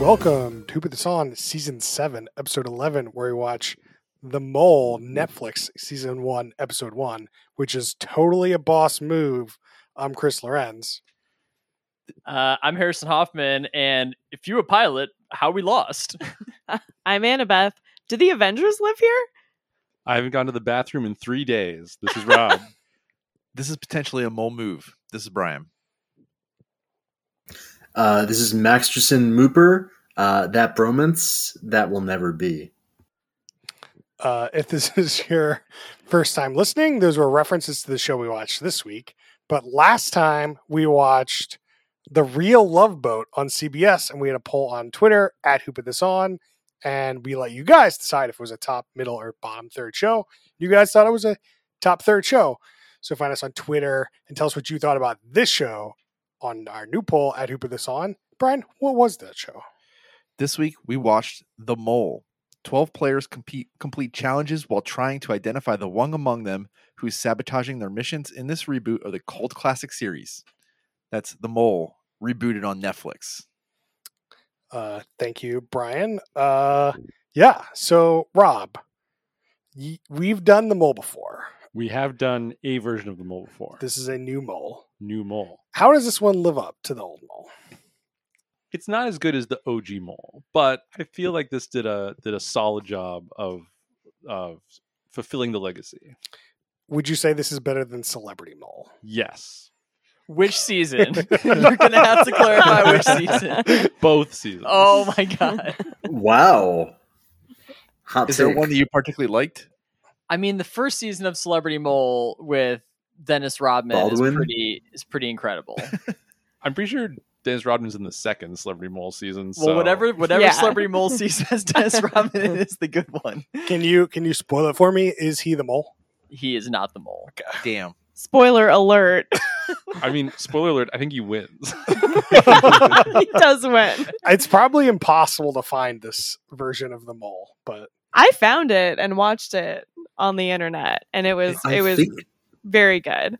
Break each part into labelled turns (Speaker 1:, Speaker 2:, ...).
Speaker 1: Welcome to Who Put This On, Season 7, Episode 11, where we watch The Mole, Netflix, Season 1, Episode 1, which is totally a boss move. I'm Chris Lorenz.
Speaker 2: Uh, I'm Harrison Hoffman, and if you were a pilot, how we lost?
Speaker 3: I'm Annabeth. Do the Avengers live here?
Speaker 4: I haven't gone to the bathroom in three days. This is Rob.
Speaker 5: This is potentially a mole move. This is Brian.
Speaker 6: Uh, this is Maxterson Mooper. Uh, that bromance that will never be.
Speaker 1: Uh, if this is your first time listening, those were references to the show we watched this week. But last time we watched The Real Love Boat on CBS, and we had a poll on Twitter at Who Put This On, and we let you guys decide if it was a top, middle, or bottom third show. You guys thought it was a top third show. So find us on Twitter and tell us what you thought about this show on our new poll at Who Put This On. Brian, what was that show?
Speaker 5: This week we watched The Mole. 12 players compete complete challenges while trying to identify the one among them who is sabotaging their missions in this reboot of the cult classic series. That's The Mole, rebooted on Netflix.
Speaker 1: Uh, thank you, Brian. Uh, yeah. So, Rob, y- we've done the mole before.
Speaker 4: we have done a version of the mole before. This
Speaker 1: This is a new mole.
Speaker 4: new mole.
Speaker 1: How does this one live up to the old mole?
Speaker 4: It's not as good as the OG mole, but I feel like this did a did a solid job of of fulfilling the legacy.
Speaker 1: Would you say this is better than Celebrity Mole?
Speaker 4: Yes,
Speaker 2: Which season?
Speaker 3: You're gonna have to clarify which season.
Speaker 4: both seasons.
Speaker 2: oh my god!
Speaker 6: Wow. Hot
Speaker 5: Is there
Speaker 6: take.
Speaker 5: one that you particularly liked?
Speaker 2: I mean, the first season of Celebrity Mole with Dennis Rodman is
Speaker 6: Baldwin?
Speaker 2: pretty is pretty incredible.
Speaker 4: I'm pretty sure Dennis Rodman's in the second Celebrity Mole season. So
Speaker 2: Well, whatever whatever
Speaker 3: Yeah.
Speaker 2: Celebrity Mole season has Dennis Rodman in is the good one.
Speaker 1: Can you can you spoil it for me? Is he the mole?
Speaker 2: He is not the mole.
Speaker 5: Damn.
Speaker 3: Spoiler alert.
Speaker 4: I mean, spoiler alert. I think he wins.
Speaker 3: he does win.
Speaker 1: It's probably impossible to find this version of the mole, but
Speaker 3: I found it and watched it on the internet and it was
Speaker 6: I
Speaker 3: it was
Speaker 6: think,
Speaker 3: very good.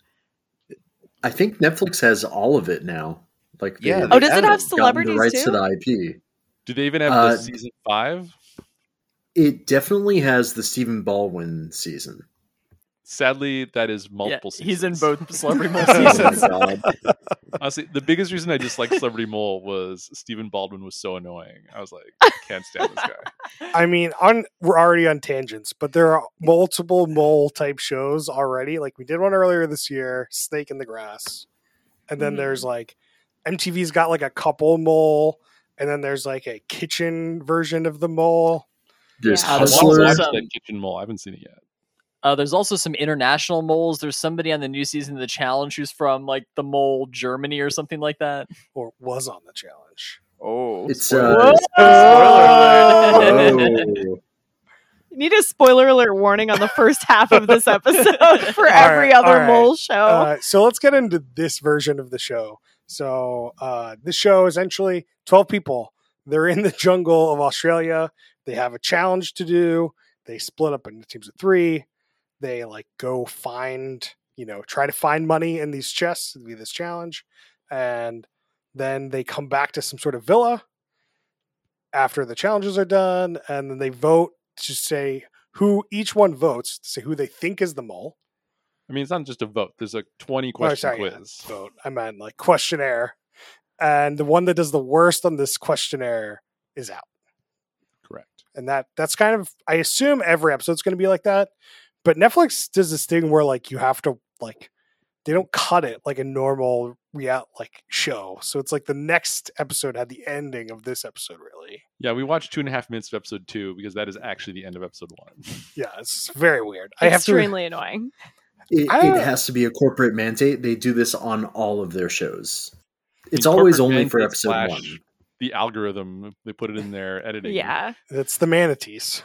Speaker 6: I think Netflix has all of it now. Like, they-
Speaker 5: Yeah.
Speaker 6: they
Speaker 3: Oh, does it
Speaker 6: have
Speaker 3: have
Speaker 6: gotten
Speaker 3: celebrities
Speaker 6: the rights
Speaker 3: too?
Speaker 6: to the IP.
Speaker 4: Do they even have
Speaker 6: Uh,
Speaker 4: the season five?
Speaker 6: It definitely has the Stephen Baldwin season.
Speaker 4: Sadly, that is
Speaker 2: Yeah,
Speaker 4: multiple. seasons.
Speaker 2: he's in both Celebrity Mole
Speaker 6: Oh my
Speaker 2: seasons.
Speaker 6: god!
Speaker 4: Honestly, the biggest reason I disliked Celebrity Mole was Stephen Baldwin was so annoying. I was like, I can't stand this guy.
Speaker 1: I mean, on we're already on tangents, but there are multiple mole type shows already. Like we did one earlier this year, Snake in the Grass, and then
Speaker 3: Mhm.
Speaker 1: there's like MTV's got like a couple mole, and then there's like a kitchen version of the mole.
Speaker 6: There's
Speaker 3: Yeah.
Speaker 4: I want to
Speaker 6: Hustler.
Speaker 4: watch
Speaker 2: Awesome.
Speaker 4: that Kitchen Mole. I haven't seen it yet.
Speaker 2: Uh, there's also some international moles. There's somebody on the new season of the challenge who's from like the mole Germany or something like that.
Speaker 1: or was on the challenge.
Speaker 5: Oh.
Speaker 6: It's
Speaker 5: spoiler.
Speaker 6: uh,
Speaker 2: Spoiler
Speaker 6: oh,
Speaker 3: You need a spoiler alert warning on the first half of this episode for every
Speaker 1: right, all
Speaker 3: other
Speaker 1: right.
Speaker 3: mole show.
Speaker 1: Uh, so let's get into this version of the show. So uh, this show essentially twelve people. They're in the jungle of Australia. They have a challenge to do. They split up into teams of three. They like go find you know try to find money in these chests to be this challenge, and then they come back to some sort of villa after the challenges are done, and then they vote to say who each one votes to say who they think is the mole.
Speaker 4: I mean, it's not just a vote. There's a 20
Speaker 1: Oh,
Speaker 4: question
Speaker 1: sorry, yeah,
Speaker 4: quiz.
Speaker 1: vote. I meant like questionnaire. And the one that does the worst on this questionnaire is out.
Speaker 4: Correct.
Speaker 1: And that that's kind of I assume every episode's gonna be like that. But Netflix does this thing where like you have to like they don't cut it like a normal real like show. So it's like the next episode had the ending of this episode really.
Speaker 4: Yeah, we watched two and a half minutes of episode two because that is actually the end of episode one.
Speaker 1: Yeah, it's very weird. I have to
Speaker 3: Extremely annoying.
Speaker 6: it,
Speaker 1: I don't-
Speaker 6: it has to be a corporate mandate. They do this on all of their shows. It's
Speaker 4: I mean,
Speaker 6: always
Speaker 4: corporate
Speaker 6: only for
Speaker 4: mandate
Speaker 6: episode
Speaker 4: slash
Speaker 6: one.
Speaker 4: The algorithm, they put it in their editing.
Speaker 3: Yeah.
Speaker 1: it's the manatees.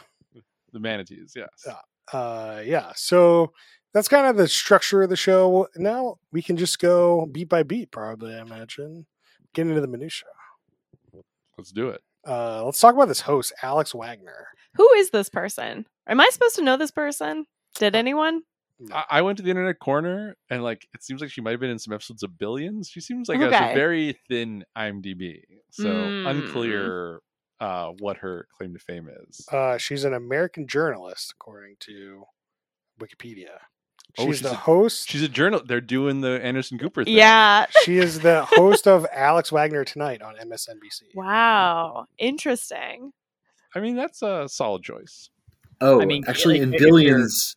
Speaker 4: The manatees, yes.
Speaker 1: Yeah. uh yeah so that's kind of the structure of the show now we can just go beat by beat probably i imagine get into the minutia
Speaker 4: Let's do it.
Speaker 1: uh let's talk about this host alex wagner
Speaker 3: Who is this person? Am I supposed to know this person?
Speaker 1: Uh,
Speaker 3: Did anyone?
Speaker 4: I, I went to the internet corner and like it seems like she might have been in some episodes of Billions. She seems like a- she's
Speaker 3: Okay.
Speaker 4: very thin IMDb, so
Speaker 3: Mm.
Speaker 4: unclear uh, what her claim to fame is.
Speaker 3: Oh.
Speaker 1: Uh, she's an American journalist, according to Wikipedia. She's,
Speaker 4: Oh, she's
Speaker 1: the
Speaker 4: a-
Speaker 1: host.
Speaker 4: She's a journal. They're doing the Anderson Cooper thing.
Speaker 3: Yeah.
Speaker 1: she is the host of Alex Wagner Tonight on MSNBC.
Speaker 3: Wow. Interesting.
Speaker 4: I mean that's a solid choice.
Speaker 6: Oh,
Speaker 2: I mean,
Speaker 6: actually,
Speaker 2: like,
Speaker 6: in
Speaker 2: if you're-
Speaker 6: Billions,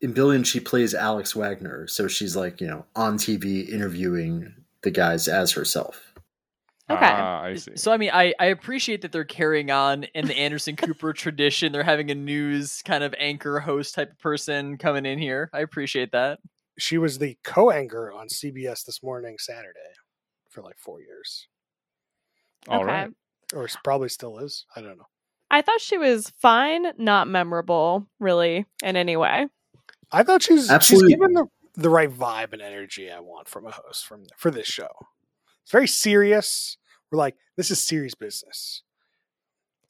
Speaker 6: in Billions, she plays Alex Wagner, so she's like you know on TV interviewing the guys as herself.
Speaker 3: Okay.
Speaker 4: Ah, I see.
Speaker 2: So I mean, I, I appreciate that they're carrying on in the Anderson Cooper tradition. They're having a news kind of anchor host type of person coming in here. I appreciate that.
Speaker 1: She was the co-anchor on CBS This Morning Saturday for like four years,
Speaker 4: All
Speaker 3: okay.
Speaker 4: right.
Speaker 1: or s- probably still is. I don't know.
Speaker 3: I thought she was fine, not memorable, really, in any way.
Speaker 1: I thought she's
Speaker 6: Absolutely.
Speaker 1: she's given the the right vibe and energy I want from a host from for this show. It's very serious. We're like, this is serious business.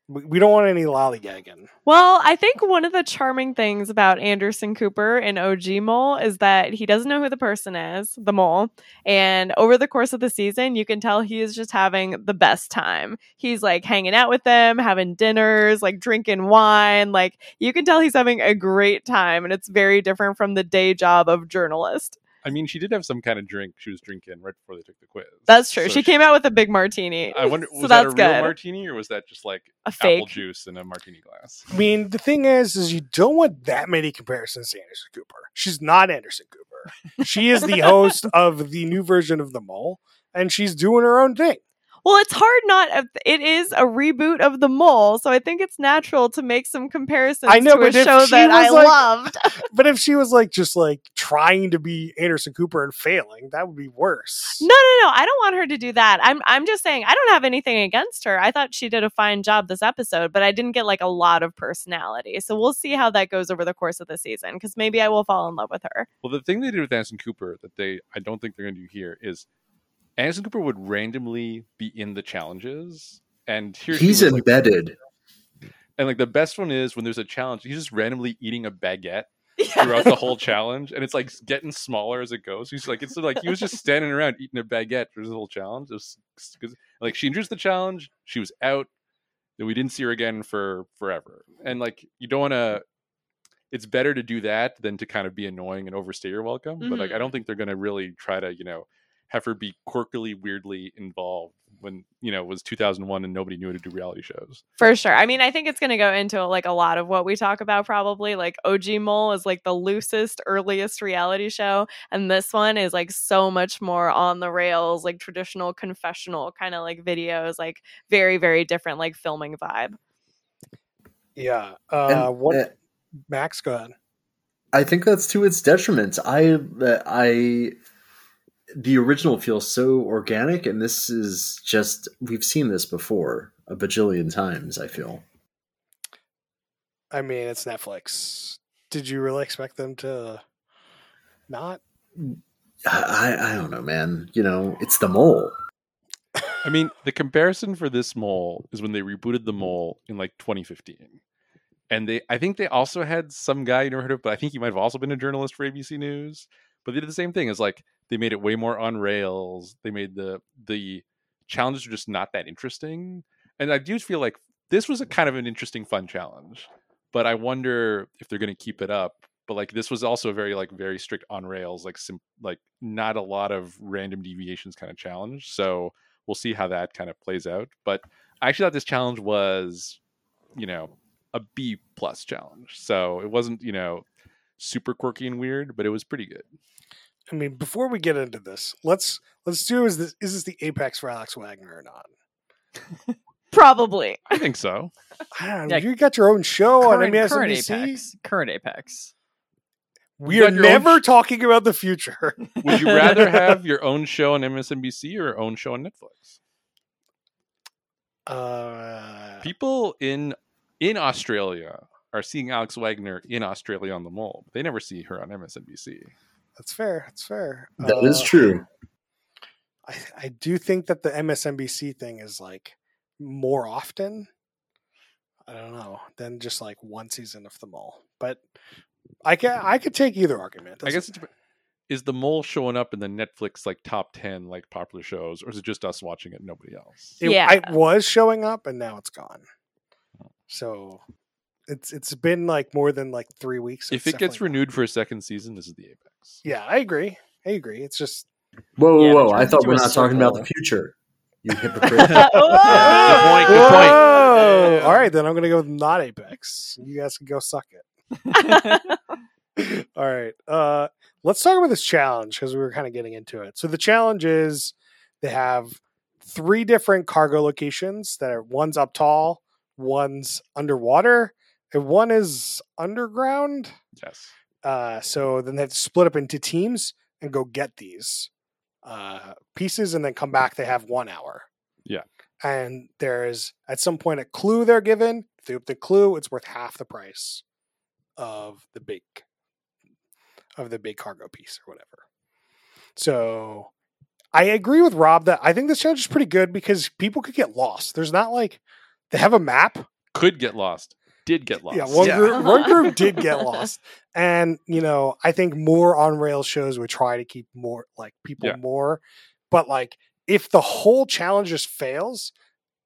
Speaker 1: We, we don't want any lollygagging.
Speaker 3: Well, I think one of the charming things about Anderson Cooper and OG Mole is that he doesn't know who the person is, the mole. And over the course of the season, you can tell he is just having the best time. He's like hanging out with them, having dinners, like drinking wine. Like you can tell he's having a great time. And it's very different from the day job of journalist.
Speaker 4: I mean, she did have some kind of drink she was drinking right before they took the quiz.
Speaker 3: That's true.
Speaker 4: So
Speaker 3: she came out with a big martini.
Speaker 4: I wonder was
Speaker 3: so
Speaker 4: that a
Speaker 3: that's
Speaker 4: real
Speaker 3: good.
Speaker 4: martini or was that just like
Speaker 3: a
Speaker 4: apple
Speaker 3: fake.
Speaker 4: juice in a martini glass?
Speaker 1: I mean, the thing is, is you don't want that many comparisons to Anderson Cooper. She's not Anderson Cooper. She is the host of the new version of The Mole, and she's doing her own thing.
Speaker 3: Well, it's hard not. It is a reboot of the mole, so I think it's natural to make some comparisons
Speaker 1: I know,
Speaker 3: to a
Speaker 1: but if
Speaker 3: show
Speaker 1: she
Speaker 3: that I
Speaker 1: was like-
Speaker 3: loved.
Speaker 1: But if she was like just like trying to be Anderson Cooper and failing, that would be worse.
Speaker 3: No, no, no. I don't want her to do that. I'm, I'm just saying I don't have anything against her. I thought she did a fine job this episode, but I didn't get like a lot of personality. So we'll see how that goes over the course of the season because maybe I will fall in love with her.
Speaker 4: Well, the thing they did with Anderson Cooper that they I don't think they're going to do here is Anderson Cooper would randomly be in the challenges, and here he
Speaker 6: He's
Speaker 4: was, like-
Speaker 6: embedded.
Speaker 4: and like the best one is when there's a challenge, he's just randomly eating a baguette throughout the whole challenge, and it's like getting smaller as it goes. He's like it's like he was just standing around eating a baguette through the whole challenge. It was, cause, like she introduced the challenge, she was out, and we didn't see her again for forever. And like you don't want to. It's better to do that than to kind of be annoying and overstay your welcome. But like I don't think they're going to really try to you know have her be quirkily weirdly involved when you know it was 2001 and nobody knew how to do reality shows.
Speaker 3: For sure. I mean, I think it's going to go into like a lot of what we talk about probably. Like OG Mole is like the loosest, earliest reality show. And this one is like so much more on the rails, like traditional confessional kind of like videos, like very, very different, like filming vibe.
Speaker 1: Yeah. Uh,
Speaker 6: And,
Speaker 1: what
Speaker 6: uh,
Speaker 1: Max? Go ahead.
Speaker 6: I think that's to its detriment. I uh, I the original feels so organic, and this is just we've seen this before a bajillion times. I feel
Speaker 1: I mean, it's Netflix. Did you really expect them to not?
Speaker 6: I I, I don't know, man. You know, it's the mole.
Speaker 4: I mean, the comparison for this mole is when they rebooted the mole in like 2015. And they I think they also had some guy you never heard of, but I think he might have also been a journalist for ABC News. But they did the same thing. It's like they made it way more on rails. They made the the challenges are just not that interesting. And I do feel like this was a kind of an interesting fun challenge. But I wonder if they're gonna keep it up. But like this was also a very like very strict on rails, like sim- like not a lot of random deviations kind of challenge. So we'll see how that kind of plays out. But I actually thought this challenge was, you know, a B plus challenge. So it wasn't, you know, super quirky and weird, but it was pretty good.
Speaker 1: I mean, before we get into this, let's let's do is this is this the apex for Alex Wagner or not?
Speaker 3: Probably.
Speaker 4: I think so.
Speaker 1: I don't know.
Speaker 2: Yeah.
Speaker 1: You got your own show on
Speaker 2: current, current
Speaker 1: MSNBC.
Speaker 2: Apex. Current Apex.
Speaker 1: We
Speaker 4: You
Speaker 1: are
Speaker 4: got your own
Speaker 1: never
Speaker 4: sh-
Speaker 1: talking about the future.
Speaker 4: Would you rather have your own show on MSNBC or your own show on Netflix?
Speaker 1: Uh,
Speaker 4: People in in Australia are seeing Alex Wagner in Australia on the mole. They never see her on MSNBC.
Speaker 1: that's fair. That's fair.
Speaker 6: That is
Speaker 1: Uh,
Speaker 6: true.
Speaker 1: I, I do think that the MSNBC thing is like more often. I don't know than just like one season of them all, but I can I could take either argument.
Speaker 4: I guess
Speaker 1: Doesn't-
Speaker 4: it's, is the mole showing up in the Netflix like top ten like popular shows, or is it just us watching it, and nobody else?
Speaker 1: It,
Speaker 3: Yeah.
Speaker 1: it was showing up and now it's gone. So it's it's been like more than like three weeks. so it's
Speaker 4: if it gets
Speaker 1: definitely-
Speaker 4: renewed for a second season, this is the apex.
Speaker 1: yeah, I agree. I agree. It's just
Speaker 6: Whoa, whoa,
Speaker 2: Yeah,
Speaker 6: whoa!
Speaker 2: turn
Speaker 6: I thought
Speaker 2: into
Speaker 6: we're
Speaker 2: a
Speaker 6: not talking about the
Speaker 2: circle.
Speaker 6: future. You hypocrite.
Speaker 4: point, good point.
Speaker 1: Whoa! All right, then I'm gonna go with not Apex. You guys can go suck it. All right, uh, let's talk about this challenge because we were kind of getting into it. So the challenge is they have three different cargo locations that are one's up tall, one's underwater, and one is underground.
Speaker 4: Yes.
Speaker 1: Uh, so then they have to split up into teams and go get these uh, pieces and then come back. They have one hour.
Speaker 4: Yeah.
Speaker 1: And there's at some point a clue they're given. If they open the clue, it's worth half the price of the big of the big cargo piece or whatever. So I agree with Rob that I think this challenge is pretty good because people could get lost. There's not like they have a map
Speaker 4: Could get lost. Did get lost.
Speaker 1: yeah, one
Speaker 5: Yeah.
Speaker 1: group one group did get lost, and you know I think more on rail shows would try to keep more like people
Speaker 4: Yeah.
Speaker 1: more, but like if the whole challenge just fails,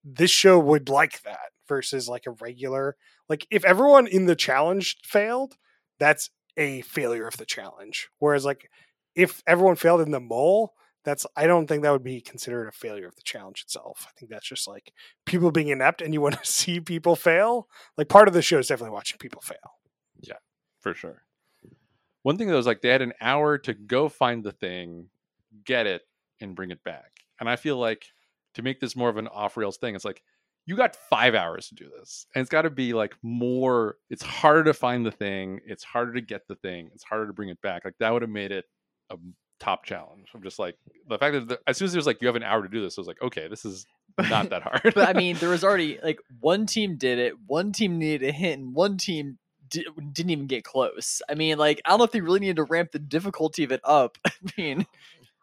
Speaker 1: this show would like that versus like a regular like if everyone in the challenge failed, that's a failure of the challenge. Whereas like if everyone failed in the mole. That's I don't think that would be considered a failure of the challenge itself. I think that's just like people being inept and you want to see people fail like part of the show is definitely watching people fail.
Speaker 4: for sure. One thing that was like they had an hour to go find the thing, get it, and bring it back. And I feel like to make this more of an off rails thing, it's like you got five hours to do this, and it's got to be like more. It's harder to find the thing. It's harder to get the thing. It's harder to bring it back. Like that would have made it a top challenge. I'm just like the fact that the, as soon as it was like you have an hour to do this, I was like, okay, this is not that hard.
Speaker 2: but I mean, there was already like one team did it, one team needed a hint, and one team di- didn't even get close. I mean, like I don't know if they really needed to ramp the difficulty of it up. I mean,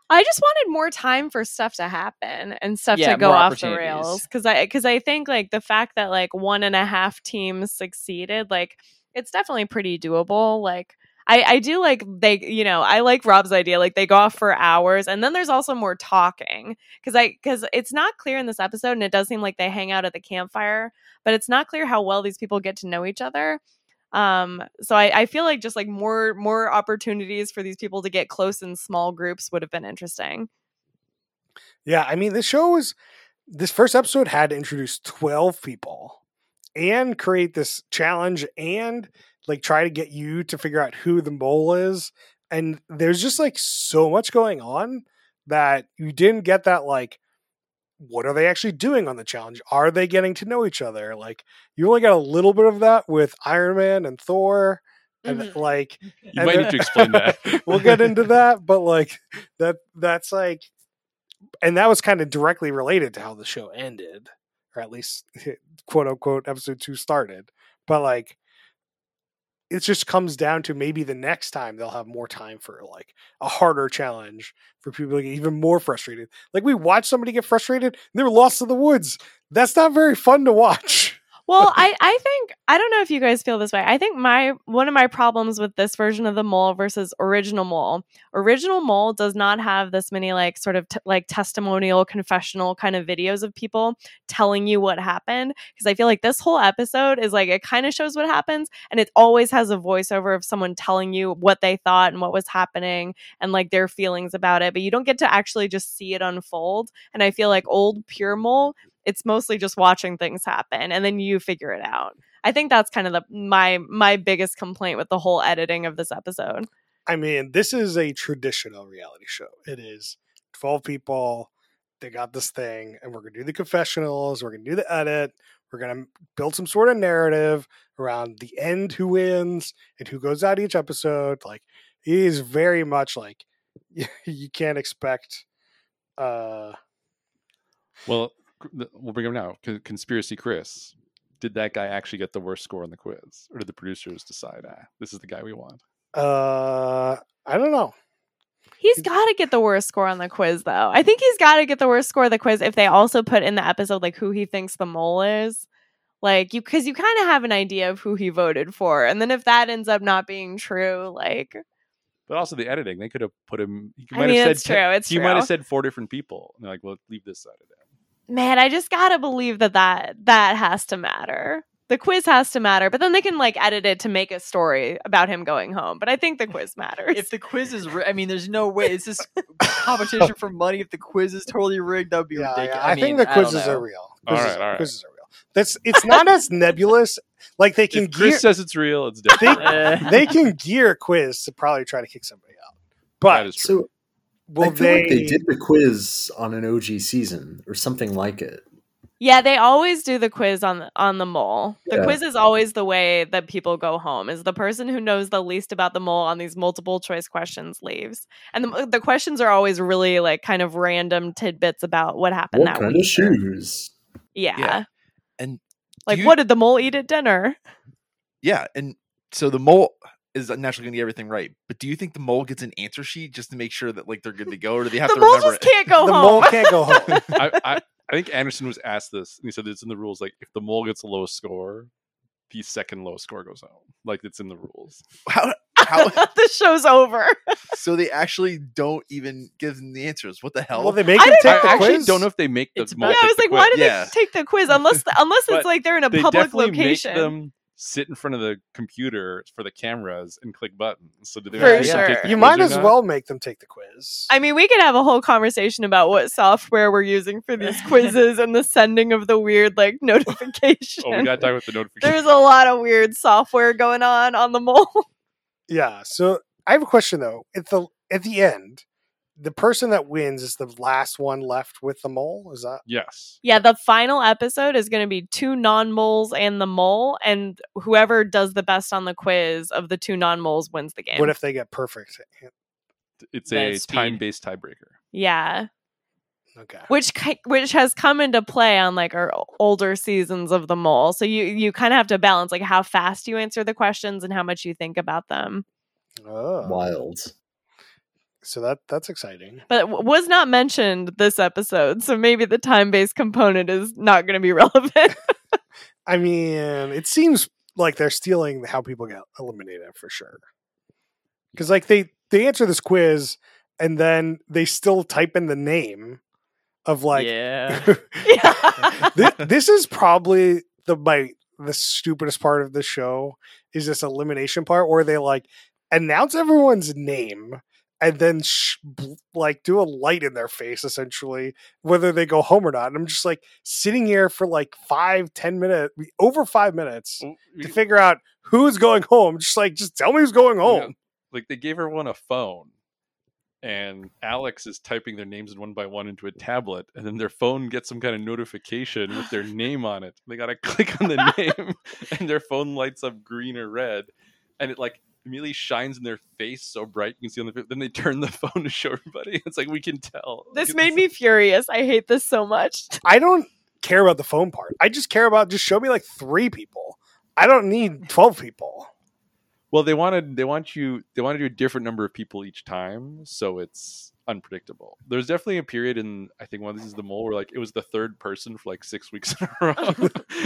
Speaker 3: I just wanted more time for stuff to happen and stuff
Speaker 2: Yeah,
Speaker 3: to go
Speaker 2: more
Speaker 3: off the
Speaker 2: opportunities.
Speaker 3: rails because I because I think like the fact that like one and a half teams succeeded like it's definitely pretty doable like. I, I do like they you know I like Rob's idea like they go off for hours and then there's also more talking because I because it's not clear in this episode and it does seem like they hang out at the campfire but it's not clear how well these people get to know each other um so I, I feel like just like more more opportunities for these people to get close in small groups would have been interesting
Speaker 1: Yeah, I mean, this show was this first episode had to introduce 12 people and create this challenge and like try to get you to figure out who the mole is. And there's just like so much going on that you didn't get that like what are they actually doing on the challenge? Are they getting to know each other? Like you only got a little bit of that with Iron Man and Thor and like
Speaker 4: you
Speaker 1: and
Speaker 4: might
Speaker 1: then-
Speaker 4: need to explain that.
Speaker 1: we'll get into that but like that that's like and that was kind of directly related to how the show ended or at least quote unquote episode 2 started but like it just comes down to maybe the next time they'll have more time for like a harder challenge for people to get even more frustrated like we watched somebody get frustrated and they were lost in the woods that's not very fun to watch
Speaker 3: well i i think i don't know if you guys feel this way i think my one of my problems with this version of the mole versus original mole original mole does not have this many like sort of t- like testimonial confessional kind of videos of people telling you what happened because i feel like this whole episode is like it kind of shows what happens and it always has a voiceover of someone telling you what they thought and what was happening and like their feelings about it but you don't get to actually just see it unfold and i feel like old pure mole it's mostly just watching things happen and then you figure it out i think that's kind of the my my biggest complaint with the whole editing of this episode
Speaker 1: I mean, this is a traditional reality show. It is 12 people. They got this thing, and we're going to do the confessionals. We're going to do the edit. We're going to build some sort of narrative around the end, who wins, and who goes out each episode. Like, it is very much like you can't expect. Uh,
Speaker 4: Well, c- th- we'll bring him now. Con- Conspiracy Chris. Did that guy actually get the worst score on the quiz, or did the producers decide ah, this is the guy we want?
Speaker 1: uh, I don't know.
Speaker 3: he's got to get the worst score on the quiz though i think he's got to get the worst score of the quiz if they also put in the episode like who he thinks the mole is like you because you kind of have an idea of who he voted for and then if that ends up not being true like
Speaker 4: But also the editing, they could have put him. He
Speaker 3: I mean, it's true.
Speaker 4: ten-
Speaker 3: It's
Speaker 4: he
Speaker 3: true.
Speaker 4: might have said four different people. And they're like, well, leave this side of that.
Speaker 3: Man, I just gotta believe that that that has to matter. The quiz has to matter, but then they can like edit it to make a story about him going home. But I think the quiz matters.
Speaker 2: If the quiz is, ri- I mean, there's no way. It's just competition for money. If the quiz is totally rigged, that would be
Speaker 1: Yeah,
Speaker 2: ridiculous.
Speaker 1: yeah,
Speaker 2: I,
Speaker 1: I, think
Speaker 2: mean,
Speaker 1: the
Speaker 2: I don't
Speaker 1: quizzes
Speaker 2: know.
Speaker 1: are real.
Speaker 4: All
Speaker 1: Quizzes,
Speaker 4: right, all right.
Speaker 1: quizzes are real. That's it's not as nebulous. Like they can
Speaker 4: If Chris
Speaker 1: gear,
Speaker 4: says it's real, it's definitely real.
Speaker 2: Eh.
Speaker 1: they can gear a quiz to probably try to kick somebody out.
Speaker 4: That
Speaker 1: But
Speaker 4: is true.
Speaker 6: So
Speaker 1: will
Speaker 6: I feel
Speaker 1: they?
Speaker 6: like they did the quiz on an OG season or something like it.
Speaker 3: yeah, they always do the quiz on the, on the mole. The
Speaker 6: Yeah.
Speaker 3: quiz is always the way that people go home. Is the person who knows the least about the mole on these multiple choice questions leaves, and the, the questions are always really like kind of random tidbits about what happened
Speaker 6: What
Speaker 3: that
Speaker 6: kind
Speaker 3: week.
Speaker 6: of shoes?
Speaker 3: Yeah.
Speaker 5: Yeah. And
Speaker 3: like,
Speaker 5: you-
Speaker 3: what did the mole eat at dinner?
Speaker 5: Yeah, and so the mole is naturally going to get everything right. But do you think the mole gets an answer sheet just to make sure that like they're good to go, or do they have
Speaker 3: The
Speaker 5: to
Speaker 3: mole
Speaker 5: remember
Speaker 3: just
Speaker 5: it?
Speaker 3: can't go
Speaker 4: Oh.
Speaker 1: the
Speaker 3: home.
Speaker 1: mole can't go home.
Speaker 4: I, I, I think Anderson was asked this, and he said it's in the rules. Like, if the mole gets a low score, the second lowest score goes home. Like, it's in the rules.
Speaker 5: How, how?
Speaker 3: the show's over.
Speaker 5: so they actually don't even give them the answers. What the hell?
Speaker 1: Will they make
Speaker 3: I
Speaker 1: them
Speaker 4: I
Speaker 1: take the
Speaker 4: actually
Speaker 1: quiz?
Speaker 4: don't know if they make the
Speaker 2: It's
Speaker 4: mole
Speaker 3: yeah, I
Speaker 4: take
Speaker 3: was
Speaker 4: the
Speaker 3: like, why
Speaker 4: quiz.
Speaker 3: did they
Speaker 5: Yeah.
Speaker 3: take the quiz? Unless unless
Speaker 4: But
Speaker 3: it's like they're in a
Speaker 4: they
Speaker 3: public
Speaker 4: definitely
Speaker 3: location.
Speaker 4: make them sit in front of the computer for the cameras and click buttons. So did they
Speaker 3: For
Speaker 4: actually take
Speaker 3: sure.
Speaker 4: the
Speaker 1: You
Speaker 4: quiz
Speaker 1: might
Speaker 4: or
Speaker 1: as
Speaker 4: not?
Speaker 1: well make them take the quiz.
Speaker 3: I mean, we could have a whole conversation about what software we're using for these quizzes and the sending of the weird like notification.
Speaker 4: Oh, we got to Oh, talk about the notification.
Speaker 3: There's a lot of weird software going on on the mole.
Speaker 1: yeah. So I have a question though. At the at the end, the person that wins is the last one left with the mole. Is that
Speaker 4: Yes.
Speaker 3: Yeah, the final episode is going to be two non moles and the mole, and whoever does the best on the quiz of the two non moles wins the game.
Speaker 1: what if they get perfect?
Speaker 4: It's
Speaker 2: Man,
Speaker 4: a
Speaker 2: speed.
Speaker 4: time based tiebreaker.
Speaker 3: yeah.
Speaker 1: Okay.
Speaker 3: which ki- which has come into play on like our older seasons of the mole so you you kind of have to balance like how fast you answer the questions and how much you think about them
Speaker 6: Uh,
Speaker 1: Oh.
Speaker 6: Wild.
Speaker 1: So that that's exciting.
Speaker 3: but it w- was not mentioned this episode so maybe the time-based component is not going to be relevant
Speaker 1: I mean, it seems like they're stealing how people get eliminated for sure. Because like they they answer this quiz and then they still type in the name of like
Speaker 2: yeah.
Speaker 3: yeah.
Speaker 1: Thi- this is probably the my the stupidest part of the show is this elimination part where they like announce everyone's name and then sh- bl- like do a light in their face essentially whether they go home or not and i'm just like sitting here for like five ten minutes over five minutes
Speaker 4: Well,
Speaker 1: to
Speaker 4: we-
Speaker 1: figure out who's going home just like just tell me who's going
Speaker 4: you know,
Speaker 1: home
Speaker 4: like they gave everyone a phone, and Alex is typing their names one by one into a tablet, and then their phone gets some kind of notification with their name on it. They gotta click on the name, and their phone lights up green or red, and it like immediately shines in their face so bright you can see on the. Then they turn the phone to show everybody. It's like we can tell.
Speaker 3: this
Speaker 4: Like,
Speaker 3: made
Speaker 4: it's-
Speaker 3: me furious i hate this so much
Speaker 1: i don't care about the phone part i just care about just show me like three people i don't need 12 people
Speaker 4: Well, they wanted they want you they want to do a different number of people each time, so it's unpredictable. There's definitely a period in I think one of these is the mole where like it was the third person for like six weeks in a row,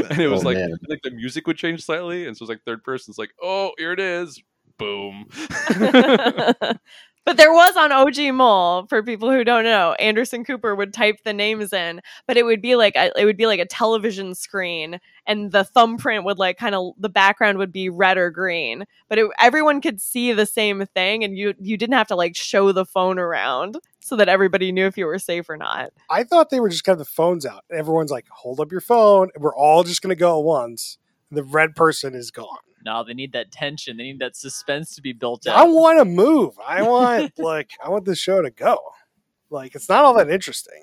Speaker 4: and it was
Speaker 6: Oh,
Speaker 4: like
Speaker 6: man.
Speaker 4: like the music would change slightly, and so it's like third person's like oh here it is, boom.
Speaker 3: but there was on OG Mole for people who don't know. Anderson Cooper would type the names in, but it would be like a, it would be like a television screen, and the thumbprint would like kind of the background would be red or green, but it, everyone could see the same thing, and you you didn't have to like show the phone around so that everybody knew if you were safe or not.
Speaker 1: I thought they were just gonna have the phones out. Everyone's like, hold up your phone. We're all just gonna go at once. The red person is gone.
Speaker 2: No, they need that tension. They need that suspense to be built
Speaker 1: I
Speaker 2: up.
Speaker 1: want to move. I want like I want this show to go. Like it's not all that interesting.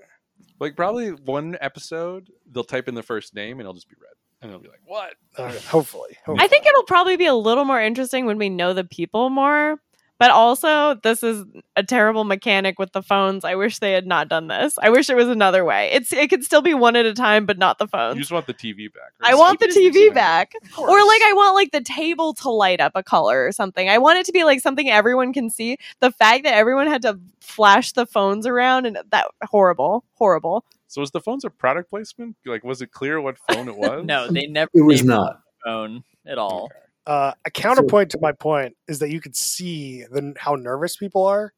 Speaker 4: like probably one episode they'll type in the first name and it'll just be red, and they'll be like what?
Speaker 1: Uh, hopefully, hopefully.
Speaker 3: I think it'll probably be a little more interesting when we know the people more. But also, this is a terrible mechanic with the phones. I wish they had not done this. I wish it was another way. It's it could still be one at a time, but not the
Speaker 4: You
Speaker 3: phones.
Speaker 4: just want the TV back. right?
Speaker 3: I want the
Speaker 4: Just keep
Speaker 3: TV
Speaker 4: it
Speaker 3: back, or like I want like the table to light up a color or something. I want it to be like something everyone can see. The fact that everyone had to flash the phones around and that horrible, horrible.
Speaker 4: So was the phones a product placement? Like was it clear what phone it was?
Speaker 2: No, they never
Speaker 6: It was
Speaker 2: named
Speaker 6: not.
Speaker 2: the phone at all.
Speaker 1: Uh, a counterpoint to my point is that you could see the, how nervous people are,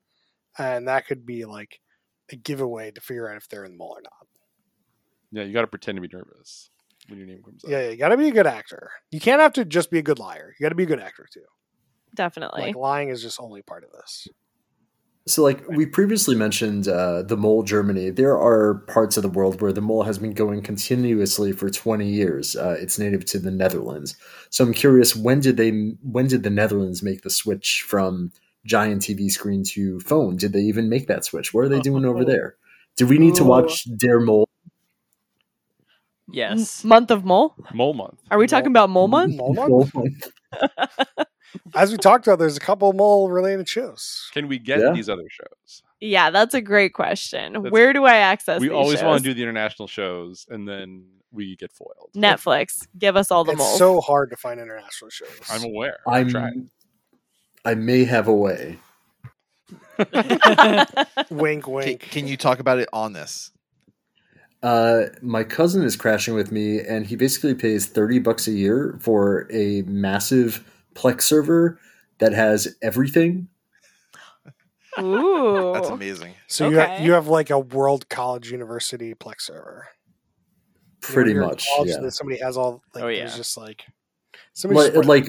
Speaker 1: and that could be like a giveaway to figure out if they're in the mole or not.
Speaker 4: Yeah, you got to pretend to be nervous when your name comes up.
Speaker 1: Yeah, you got to be a good actor. You can't have to just be a good liar. You got to be a good actor too.
Speaker 3: Definitely.
Speaker 1: Like lying is just only part of this.
Speaker 6: So, like we previously mentioned, uh, the mole Germany. There are parts of the world where the mole has been going continuously for 20 years. Uh, it's native to the Netherlands. So, I'm curious when did they when did the Netherlands make the switch from giant TV screen to phone? Did they even make that switch? What are they doing over there? Do we need to watch Dare Mole?
Speaker 3: M-
Speaker 2: Yes.
Speaker 3: Month of mole?
Speaker 4: Mole month.
Speaker 3: Are we
Speaker 1: Mole-
Speaker 3: talking about mole month?
Speaker 1: Mole month? As we talked about, there's a couple mole related shows.
Speaker 4: Can we get
Speaker 6: Yeah.
Speaker 4: these other shows?
Speaker 3: Yeah, that's a great question.
Speaker 4: That's-
Speaker 3: Where do I access?
Speaker 4: we
Speaker 3: these
Speaker 4: always want
Speaker 3: shows?
Speaker 4: to do the international shows, and then we get foiled.
Speaker 3: Netflix. Give us all the
Speaker 1: It's
Speaker 3: moles.
Speaker 1: so hard to find international shows.
Speaker 4: I'm aware. i
Speaker 6: I'm.
Speaker 4: tried.
Speaker 6: I may have a way.
Speaker 1: wink,
Speaker 5: Can,
Speaker 1: wink.
Speaker 5: can you talk about it on this?
Speaker 6: Uh, my cousin is crashing with me, and he basically pays thirty bucks a year for a massive Plex server that has everything.
Speaker 3: Ooh,
Speaker 5: That's amazing.
Speaker 1: so you have,
Speaker 3: okay.
Speaker 1: you have like a world college university Plex server. You know,
Speaker 6: Pretty
Speaker 1: you're in
Speaker 6: much,
Speaker 1: college,
Speaker 6: yeah.
Speaker 1: that somebody has all. Like,
Speaker 2: Oh,
Speaker 1: There's
Speaker 2: yeah.
Speaker 1: just like
Speaker 6: Like,
Speaker 1: somebody
Speaker 6: like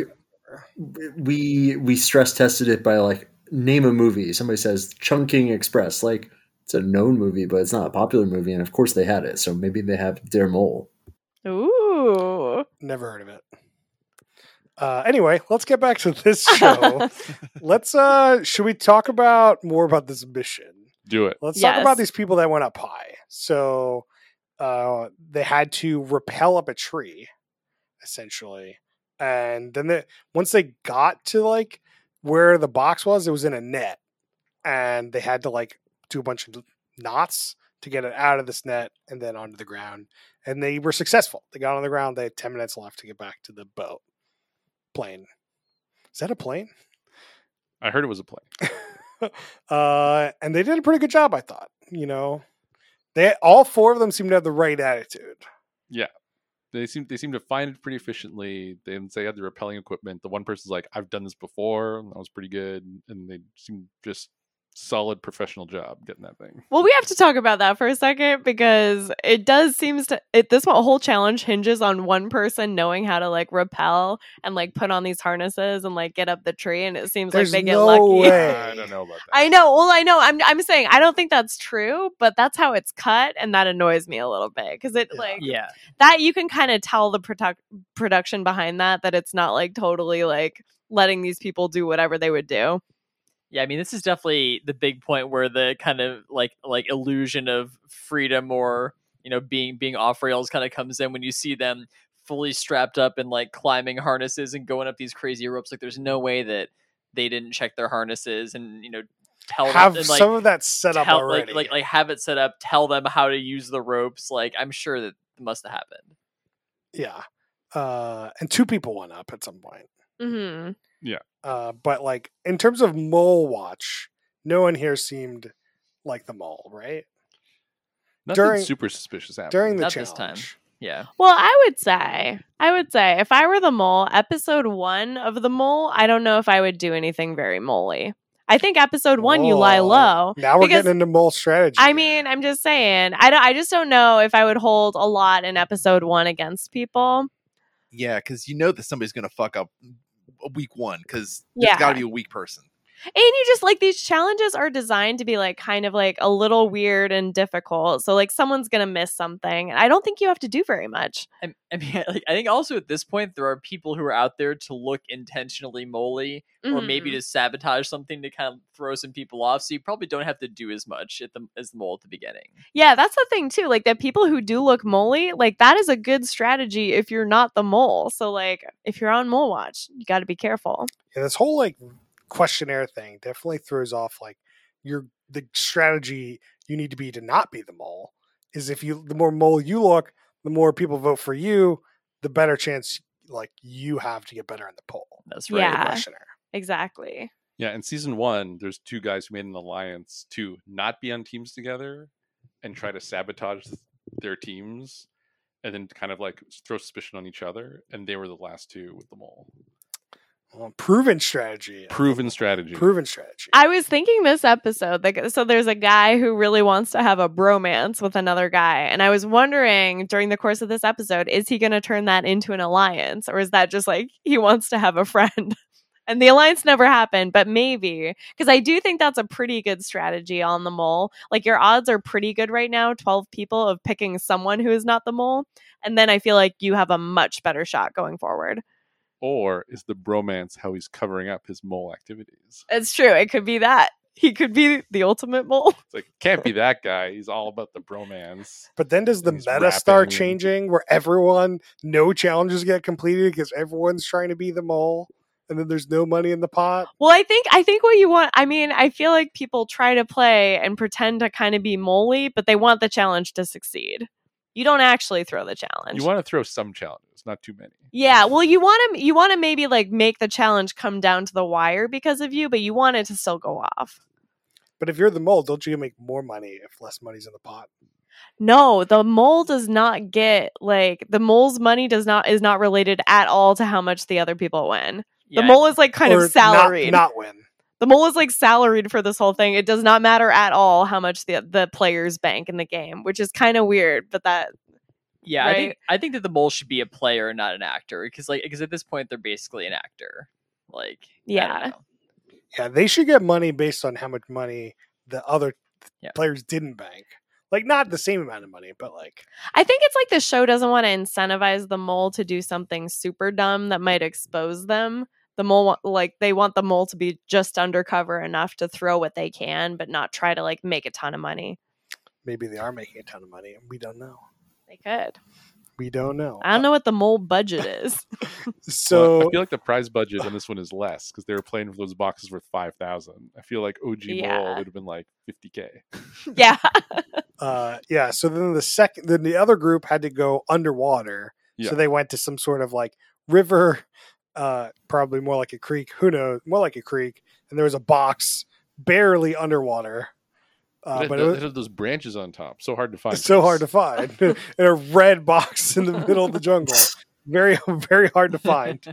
Speaker 6: we we stress tested it by like name a movie. Somebody says Chunking Express. Like it's a known movie, but it's not a popular movie, and of course they had it. So maybe they have Dare Mole.
Speaker 3: ooh.
Speaker 1: Never heard of it. Uh, anyway, let's get back to this show. let's uh should we talk about more about this mission?
Speaker 4: Do it.
Speaker 1: Let's talk
Speaker 3: Yes.
Speaker 1: about these people that went up high. So uh they had to rappel up a tree, essentially. And then they, once they got to like where the box was, it was in a net. And they had to like do a bunch of knots to get it out of this net and then onto the ground. And they were successful. They got on the ground. They had 10 minutes left to get back to the boat. Plane. Is that a plane?
Speaker 4: I heard it was a play.
Speaker 1: uh, and they did a pretty good job, I thought. You know, they all four of them seem to have the right attitude.
Speaker 4: They seem they seem to find it pretty efficiently. They they had the repelling equipment. The one person's like, I've done this before. and That was pretty good, and they seem just solid professional job getting that thing.
Speaker 3: Well, we have to talk about that for a second because it does seems to it this one- whole challenge hinges on one person knowing how to like rappel and like put on these harnesses and like get up the tree, and it seems
Speaker 1: There's
Speaker 3: like they get
Speaker 1: no
Speaker 3: lucky.
Speaker 1: way.
Speaker 4: I don't know about that.
Speaker 3: I know. Well, I know. I'm I'm saying I don't think that's true, but that's how it's cut, and that annoys me a little bit because it
Speaker 1: Yeah.
Speaker 3: like
Speaker 2: yeah.
Speaker 3: that you can kind of tell the produc- production behind that that it's not like totally like letting these people do whatever they would do.
Speaker 2: Yeah, I mean, this is definitely the big point where the kind of like like illusion of freedom or you know being being off rails kind of comes in when you see them fully strapped up and like climbing harnesses and going up these crazy ropes. Like, there's no way that they didn't check their harnesses and you know tell them-
Speaker 1: have
Speaker 2: and, like,
Speaker 1: some of that set up
Speaker 2: tell,
Speaker 1: already.
Speaker 2: Like, like like have it set up. Tell them how to use the ropes. Like, I'm sure that must have happened.
Speaker 1: yeah. Uh, and two people went up at some point.
Speaker 3: Mm-hmm.
Speaker 1: Uh, but like in terms of mole watch, no one here seemed like the mole, right?
Speaker 4: Nothing
Speaker 1: during-
Speaker 4: super suspicious happened.
Speaker 1: During the
Speaker 2: Not this
Speaker 1: challenge.
Speaker 2: Yeah.
Speaker 3: Well, I would say, I would say, if I were the mole, episode one of the mole, I don't know if I would do anything very moley. I think episode one, you lie
Speaker 1: Whoa.
Speaker 3: low.
Speaker 1: Now we're
Speaker 3: Because-
Speaker 1: getting into mole strategy.
Speaker 3: I
Speaker 1: here.
Speaker 3: mean, I'm just saying, I don't, I just don't know if I would hold a lot in episode one against people.
Speaker 5: Yeah, because you know that somebody's gonna fuck up week one because
Speaker 3: Yeah.
Speaker 5: there's got to be a weak person.
Speaker 3: And you just like these challenges are designed to be like kind of like a little weird and difficult. So like someone's gonna miss something. I don't think you have to do very much.
Speaker 2: I, I mean, like, I think also at this point there are people who are out there to look intentionally moly, or maybe
Speaker 3: Mhm.
Speaker 2: to sabotage something to kind of throw some people off. So you probably don't have to do as much at the as the mole at the beginning.
Speaker 3: yeah, that's the thing too. Like the people who do look moly, like that is a good strategy if you're not the mole. So like if you're on mole watch, you got to be careful.
Speaker 1: yeah, this whole like questionnaire thing definitely throws off like your the strategy you need to be to not be the mole is if you the more mole you look the more people vote for you the better chance like you have to get better in the poll
Speaker 2: That's
Speaker 1: the
Speaker 2: right.
Speaker 3: Yeah.
Speaker 1: questionnaire
Speaker 3: Exactly.
Speaker 4: Yeah, in season one, there's two guys who made an alliance to not be on teams together and try to sabotage th- their teams and then kind of like s- throw suspicion on each other. And they were the last two with the mole.
Speaker 1: Well, Uh, proven strategy.
Speaker 4: Proven strategy.
Speaker 1: Proven strategy.
Speaker 3: I was thinking this episode, like, so there's a guy who really wants to have a bromance with another guy. And I was wondering during the course of this episode, is he going to turn that into an alliance or is that just like he wants to have a friend? And the alliance never happened, but maybe because I do think that's a pretty good strategy on the mole. Like your odds are pretty good right now, 12 people of picking someone who is not the mole. And then I feel like you have a much better shot going forward.
Speaker 4: Or is the bromance how he's covering up his mole activities?
Speaker 3: It's true. It could be that. He could be the ultimate mole.
Speaker 4: It's like can't be that guy. He's all about the bromance.
Speaker 1: But then does the
Speaker 4: He's
Speaker 1: meta start
Speaker 4: rapping.
Speaker 1: changing where everyone, no challenges get completed because everyone's trying to be the mole and then there's no money in the pot?
Speaker 3: Well, I think I think what you want. I mean, I feel like people try to play and pretend to kind of be moly, but they want the challenge to succeed. You don't actually throw the challenge.
Speaker 4: You want to throw some challenges, not too many.
Speaker 3: yeah, well, you want to you want to maybe like make the challenge come down to the wire because of you, but you want it to still go off.
Speaker 1: But if you're the mole, don't you make more money if less money's in the pot?
Speaker 3: No, the mole does not get like the mole's money does not is not related at all to how much the other people win.
Speaker 2: Yeah,
Speaker 3: The mole is like kind
Speaker 1: Or
Speaker 3: of salaried.
Speaker 1: Not, not win.
Speaker 3: the mole is like salaried for this whole thing. It does not matter at all how much the the players bank in the game, which is kind of weird. But that
Speaker 2: yeah. I think
Speaker 3: right?
Speaker 2: I think that the mole should be a player, not an actor, because like because at this point they're basically an actor. Like I don't
Speaker 3: Yeah.
Speaker 2: know.
Speaker 1: Yeah, they should get money based on how much money the other
Speaker 2: Yeah.
Speaker 1: players didn't bank. Like not the
Speaker 3: Mm.
Speaker 1: same amount of money, but like
Speaker 3: I think it's like the show doesn't want to incentivize the mole to do something super dumb that might expose them. The mole wa- like they want the mole to be just undercover enough to throw what they can, but not try to like make a ton of money.
Speaker 1: maybe they are making a ton of money. We don't know.
Speaker 3: They could.
Speaker 1: We don't know. Uh,
Speaker 3: I don't know what the mole budget is.
Speaker 1: So
Speaker 4: Well, I feel like the prize budget on this one is less because they were playing for those boxes worth five thousand. I feel like OG
Speaker 3: Yeah.
Speaker 4: Mole would have been like fifty k.
Speaker 3: yeah.
Speaker 1: uh yeah so then the second then the other group had to go underwater
Speaker 4: Yeah.
Speaker 1: so they went to some sort of like river uh probably more like a creek who knows more like a creek and there was a box barely underwater uh, but it was
Speaker 4: those branches on top, so hard to find.
Speaker 1: it's so hard to find and a red box in the middle of the jungle very very hard to find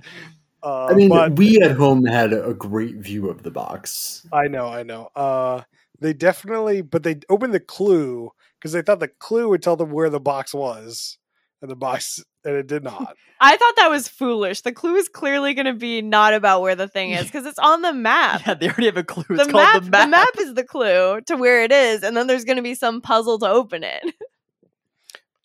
Speaker 1: uh
Speaker 6: I mean,
Speaker 1: but
Speaker 6: we at home had a great view of the box.
Speaker 1: I know, I know. Uh, they definitely, but they opened the clue because they thought the clue would tell them where the box was, and the box, and it did not.
Speaker 3: I thought that was foolish. The clue is clearly going to be not about where the thing is because it's on the map.
Speaker 2: Yeah, they already have a clue.
Speaker 3: the
Speaker 2: It's
Speaker 3: map,
Speaker 2: called the map.
Speaker 3: is the clue to where it is, and then there's going to be some puzzle to open it.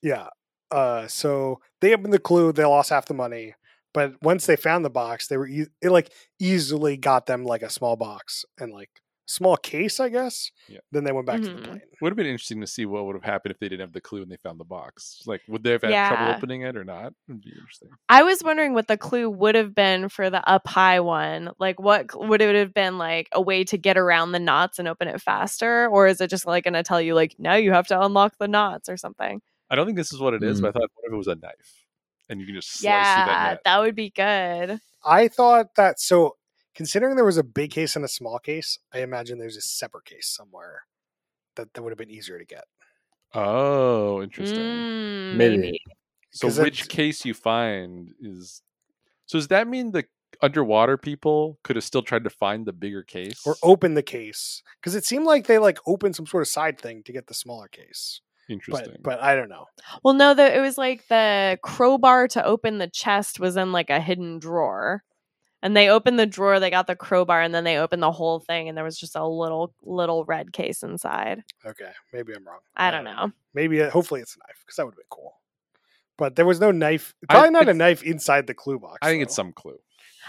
Speaker 1: yeah. Uh, so they opened the clue. They lost half the money, but once they found the box, they were e- it like easily got them like a small box and like small case, I guess.
Speaker 4: Yeah. Mm-hmm.
Speaker 1: Then they went back to the
Speaker 3: Mhm.
Speaker 1: plane.
Speaker 4: Would have been interesting to see what would have happened if they didn't have the clue and they found the box. Like, would they have had trouble
Speaker 3: Yeah.
Speaker 4: opening it or not? Would be interesting.
Speaker 3: I was wondering what the clue would have been for the up high one. Like, what cl- would it have been like a way to get around the knots and open it faster, or is it just like going to tell you like now you have to unlock the knots or something?
Speaker 4: I don't think this is what it is,
Speaker 1: Mm.
Speaker 4: but I thought what if it was a knife and you can just slice through that
Speaker 3: yeah,
Speaker 4: net?
Speaker 3: that would be good.
Speaker 1: I thought that so. Considering there was a big case and a small case, I imagine there's a separate case somewhere that that would have been easier to get.
Speaker 4: Oh, interesting.
Speaker 3: Mm,
Speaker 6: Maybe.
Speaker 3: maybe.
Speaker 4: So
Speaker 1: 'Cause
Speaker 4: which
Speaker 1: that's-
Speaker 4: case you find is so does that mean the underwater people could have still tried to find the bigger case?
Speaker 1: or open the case because it seemed like they like opened some sort of side thing to get the smaller case
Speaker 4: interesting.
Speaker 1: but but i don't know
Speaker 3: Well, no, the, it was like the crowbar to open the chest was in like a hidden drawer. And they opened the drawer, they got the crowbar, and then they opened the whole thing, and there was just a little, little red case inside.
Speaker 1: okay maybe i'm wrong
Speaker 3: I don't know.
Speaker 1: maybe uh, hopefully it's a knife because that would have been cool but there was no knife
Speaker 4: I-
Speaker 1: probably not a
Speaker 4: it's-
Speaker 1: knife inside the clue box
Speaker 4: I think it's
Speaker 1: though.
Speaker 4: some clue.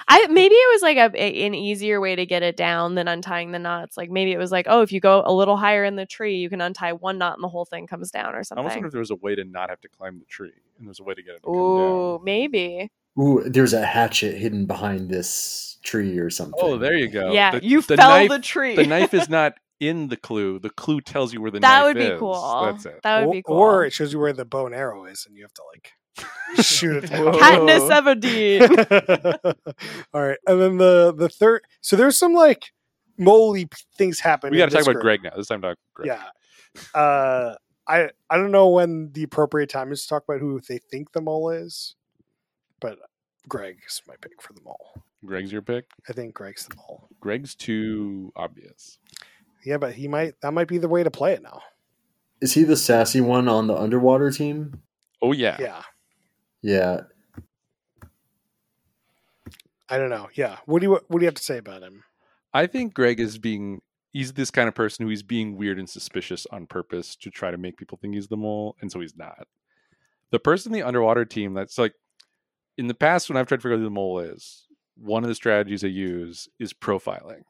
Speaker 3: I maybe it was like a, a- an easier way to get it down than untying the knots. Like maybe it was like, oh, if you go a little higher in the tree, you can untie one knot, and the whole thing comes down or
Speaker 4: I almost wonder
Speaker 3: something.
Speaker 4: if there was a way to not have to climb the tree and there's a way to get it to come
Speaker 3: Ooh,
Speaker 4: down.
Speaker 3: maybe.
Speaker 6: Ooh, there's a hatchet hidden behind this tree or something.
Speaker 4: Oh, there you go.
Speaker 3: yeah,
Speaker 4: The-
Speaker 3: you
Speaker 4: the
Speaker 3: fell
Speaker 4: knife,
Speaker 3: the tree.
Speaker 4: the knife is not in the clue. The clue tells you where the
Speaker 3: that
Speaker 4: knife
Speaker 3: would be
Speaker 4: is.
Speaker 3: cool.
Speaker 4: That's it.
Speaker 3: That would
Speaker 1: Or-
Speaker 3: be cool.
Speaker 1: or it shows you where the bow and arrow is and you have to like shoot it down.
Speaker 3: Katniss Everdeen.
Speaker 1: all right and then the the third so there's some like moly p- things happening
Speaker 4: we got to talk about
Speaker 1: Greg.
Speaker 4: Greg now. This time, talk Greg.
Speaker 1: Yeah. Uh, I I don't know when the appropriate time is to talk about who they think the mole is, but Greg's my pick for the mole.
Speaker 4: Greg's your pick.
Speaker 1: I think Greg's the mole.
Speaker 4: Greg's too obvious.
Speaker 1: Yeah, but he might that might be the way to play it now.
Speaker 6: Is he the sassy one on the underwater team?
Speaker 4: Oh yeah.
Speaker 1: Yeah.
Speaker 6: Yeah.
Speaker 1: I don't know. Yeah. What do you what do you have to say about him?
Speaker 4: I think Greg is being he's this kind of person who is being weird and suspicious on purpose to try to make people think he's the mole, and so he's not. The person in the underwater team that's like in the past when I've tried to figure out who the mole is, one of the strategies I use is profiling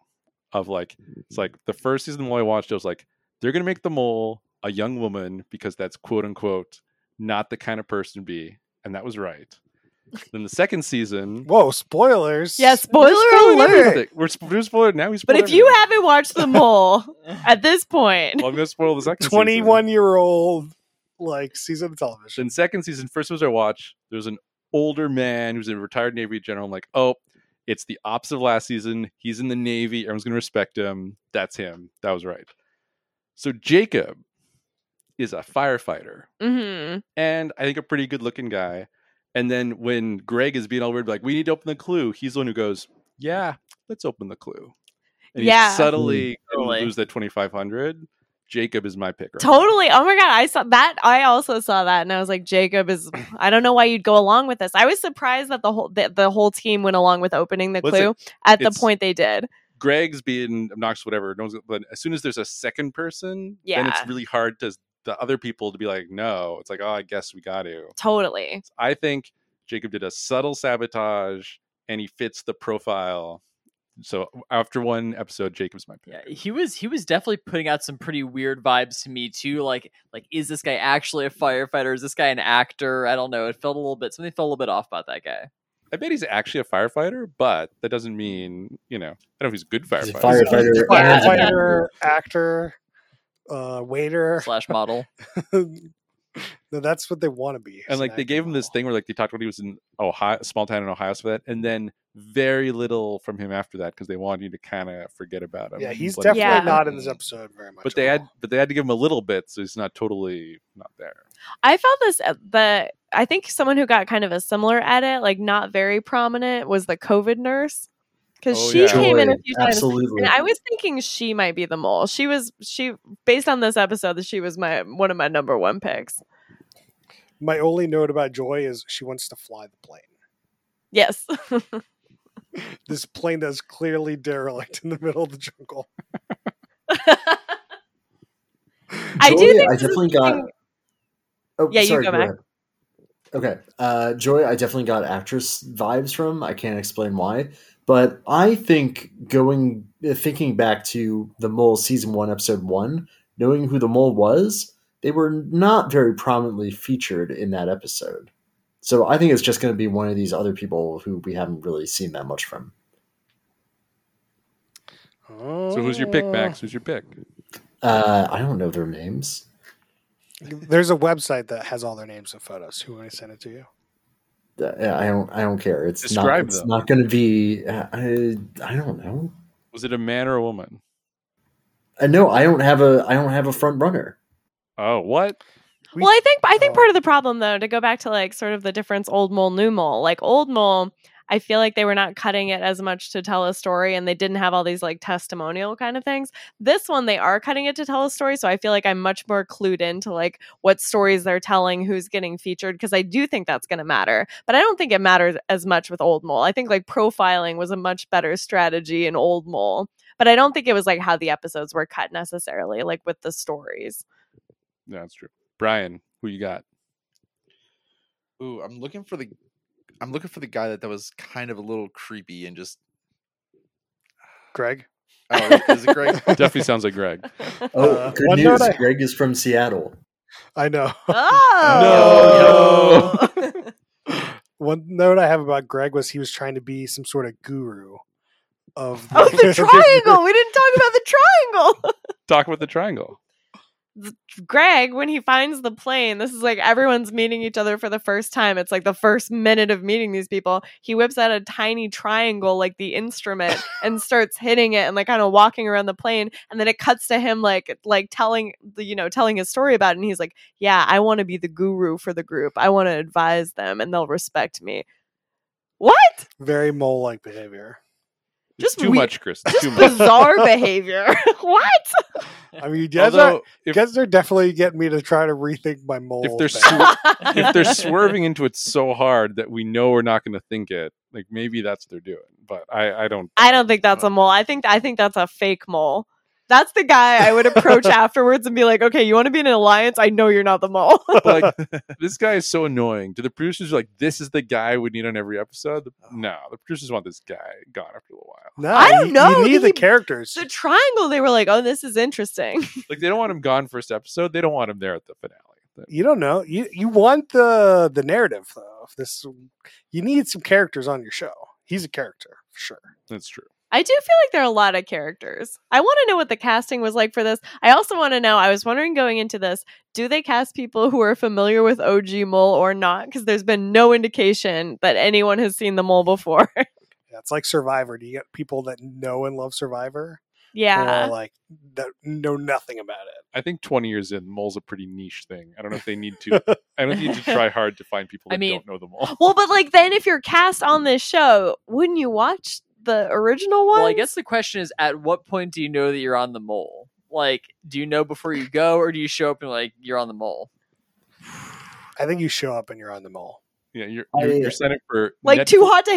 Speaker 4: of like
Speaker 3: Mm-hmm.
Speaker 4: it's like the first season of the mole I watched, I was like, they're gonna make the mole a young woman because that's quote unquote not the kind of person to be, and that was right. Then the second season
Speaker 1: Whoa, spoilers.
Speaker 3: Yeah, spoiler
Speaker 4: Spoiling
Speaker 3: alert.
Speaker 4: everything. We're sp- we're spoiling now. We
Speaker 3: But
Speaker 4: spoiled
Speaker 3: if you
Speaker 4: everything.
Speaker 3: haven't watched The Mole at this point,
Speaker 4: well, I'm gonna spoil the second. season.
Speaker 1: Twenty one year old like season of television.
Speaker 4: Then second season, first was I watch. There's an older man who's a retired Navy general. I'm like, oh, it's the opposite of last season. He's in the Navy. Everyone's gonna respect him. That's him. That was right. So Jacob is a firefighter
Speaker 3: hmm
Speaker 4: and I think a pretty good looking guy. And then when Greg is being all weird, like, we need to open the clue, he's the one who goes, Yeah, let's open the clue. And
Speaker 3: Yeah.
Speaker 4: he's subtly gonna
Speaker 2: Totally.
Speaker 4: lose that 2,500. Jacob is my pick. right now.
Speaker 3: totally. Oh my god, I saw that. I also saw that, and I was like, Jacob is. I don't know why you'd go along with this. I was surprised that the whole that the whole team went along with opening the
Speaker 4: Listen,
Speaker 3: clue at the
Speaker 4: it's-
Speaker 3: point they did.
Speaker 4: Greg's being obnoxious, whatever. No one's, but as soon as there's a second person, then
Speaker 3: Yeah.
Speaker 4: it's really hard to the other people to be like, no. It's like, oh, I guess we got to.
Speaker 3: Totally.
Speaker 4: I think Jacob did a subtle sabotage, and he fits the profile. So after one episode, Jacob's my pick.
Speaker 2: Yeah, he was he was definitely putting out some pretty weird vibes to me too. Like like is this guy actually a firefighter? Is this guy an actor? I don't know. It felt a little bit something felt a little bit off about that guy.
Speaker 4: I bet he's actually a firefighter, but that doesn't mean you know. I don't know if he's a good
Speaker 6: He's a
Speaker 4: firefighter.
Speaker 6: firefighter.
Speaker 1: Firefighter, actor, uh waiter.
Speaker 2: Slash model.
Speaker 1: no, that's what they want to be.
Speaker 4: and like they gave him this thing where like they talked about he was in Ohio, small town in Ohio, so that, and then very little from him after that because they wanted you to kind of forget about him.
Speaker 1: Yeah,
Speaker 4: and
Speaker 1: he's
Speaker 4: blame
Speaker 1: definitely
Speaker 4: him.
Speaker 3: Yeah.
Speaker 1: not in this episode very much.
Speaker 4: But
Speaker 1: at
Speaker 4: they had,
Speaker 1: all.
Speaker 4: but they had to give him a little bit, so he's not totally not there.
Speaker 3: I felt this. uh, The I think someone who got kind of a similar edit, like not very prominent, was the COVID nurse because
Speaker 4: Oh,
Speaker 3: she
Speaker 4: yeah.
Speaker 3: came in
Speaker 6: Joy,
Speaker 3: a few times.
Speaker 6: Absolutely.
Speaker 3: And I was thinking she might be the mole. She was she based on this episode that she was my one of my number one picks.
Speaker 1: My only note about Joy is she wants to fly the plane.
Speaker 3: Yes.
Speaker 1: This plane that's clearly derelict in the middle of the jungle.
Speaker 3: I do
Speaker 6: Joy,
Speaker 3: think this
Speaker 6: I
Speaker 3: is
Speaker 6: definitely got.
Speaker 3: something-
Speaker 6: Oh,
Speaker 3: Yeah, you
Speaker 6: sorry,
Speaker 3: go back.
Speaker 6: ahead. Okay, uh, Joy, I definitely got actress vibes from. I can't explain why, but I think going uh, thinking back to the mole season one episode one, knowing who the mole was, they were not very prominently featured in that episode. So I think it's just going to be one of these other people who we haven't really seen that much from.
Speaker 4: So who's your pick, Max? Who's your pick?
Speaker 6: Uh, I don't know their names.
Speaker 1: Oh. There's a website that has all their names and photos. Who want to send it to you?
Speaker 6: Uh, I don't. I don't care. It's
Speaker 4: Describe
Speaker 6: not. It's
Speaker 4: them.
Speaker 6: not going to be. Uh, I. I don't know.
Speaker 4: Was it a man or a woman?
Speaker 6: Uh, no, I don't have a I don't have a front runner.
Speaker 4: Oh, what?
Speaker 1: We-
Speaker 3: well, I think I think
Speaker 1: Oh.
Speaker 3: part of the problem though, to go back to like sort of the difference old mole new mole, like old mole, I feel like they were not cutting it as much to tell a story, and they didn't have all these like testimonial kind of things. This one, they are cutting it to tell a story, so I feel like I'm much more clued into like what stories they're telling, who's getting featured, because I do think that's going to matter. But I don't think it matters as much with old mole. I think like profiling was a much better strategy in old mole, but I don't think it was like how the episodes were cut necessarily, like with the stories.
Speaker 4: No, that's true. Brian, who you got?
Speaker 5: Ooh, I'm looking for the I'm looking for the guy that, that was kind of a little creepy and just
Speaker 1: Greg?
Speaker 5: oh, is it Greg?
Speaker 4: Definitely sounds like Greg.
Speaker 6: Oh,
Speaker 1: Uh,
Speaker 6: good
Speaker 1: one note
Speaker 6: news!
Speaker 1: I-
Speaker 6: Greg is from Seattle.
Speaker 1: I know.
Speaker 3: Oh
Speaker 1: One note I have about Greg was he was trying to be some sort of guru of
Speaker 3: Oh, the triangle. We didn't talk about the triangle.
Speaker 4: Talk about the triangle.
Speaker 3: Greg, when he finds the plane, this is like everyone's meeting each other for the first time. It's like the first minute of meeting these people. He whips out a tiny triangle, like the instrument, and starts hitting it and like kind of walking around the plane. And then it cuts to him like like telling the you know telling his story about it. And he's like, "Yeah, I want to be the guru for the group. I want to advise them, and they'll respect me." What?
Speaker 1: Very mole like behavior.
Speaker 4: It's
Speaker 3: Just
Speaker 4: too
Speaker 3: we-
Speaker 4: much, Chris. Too much.
Speaker 3: Bizarre behavior. what?
Speaker 1: I mean, you guys, are,
Speaker 4: Although,
Speaker 1: you
Speaker 4: if,
Speaker 1: guys are definitely getting me to try to rethink my mole.
Speaker 4: if they're
Speaker 1: thing.
Speaker 4: sw- if they're swerving into it so hard that we know we're not going to think it, like maybe that's what they're doing. But I, I don't.
Speaker 3: I don't think that's a mole. I think I think that's a fake mole. That's the guy I would approach afterwards and be like, "Okay, you want to be in an alliance? I know you're not the mole."
Speaker 4: But like this guy is so annoying. Do the producers like this is the guy we need on every episode?
Speaker 1: Oh.
Speaker 4: No, the producers want this guy gone after a while.
Speaker 1: no,
Speaker 3: I don't
Speaker 1: you,
Speaker 3: know,
Speaker 1: You need the
Speaker 3: he-
Speaker 1: characters.
Speaker 3: the triangle. They were like, "Oh, this is interesting."
Speaker 4: Like they don't want him gone first episode. They don't want him there at the finale. But
Speaker 1: You don't know. You you want the the narrative though. If this, you need some characters on your show. He's a character for sure.
Speaker 4: That's true.
Speaker 3: I do feel like there are a lot of characters. I want to know what the casting was like for this. I also want to know. I was wondering going into this, do they cast people who are familiar with OG Mole or not? Because there's been no indication that anyone has seen the mole before.
Speaker 1: Yeah, it's like Survivor. Do you get people that know and love Survivor,
Speaker 3: yeah,
Speaker 1: or like that know nothing about it?
Speaker 4: I think 20 years in, mole's a pretty niche thing. I don't know if they need to. I don't need to try hard to find people
Speaker 2: I
Speaker 4: that
Speaker 2: mean-
Speaker 4: don't know the mole.
Speaker 3: Well, but like then if you're cast on this show, wouldn't you watch the original one?
Speaker 2: Well, I guess the question is, at what point do you know that you're on the mole? Like, do you know before you go, or do you show up and like you're on the mole?
Speaker 1: I think you show up and you're on the mole.
Speaker 4: Yeah, you're
Speaker 6: I-
Speaker 4: you're, you're signing up for
Speaker 3: like
Speaker 4: Netflix-
Speaker 3: too hot to
Speaker 2: Oh,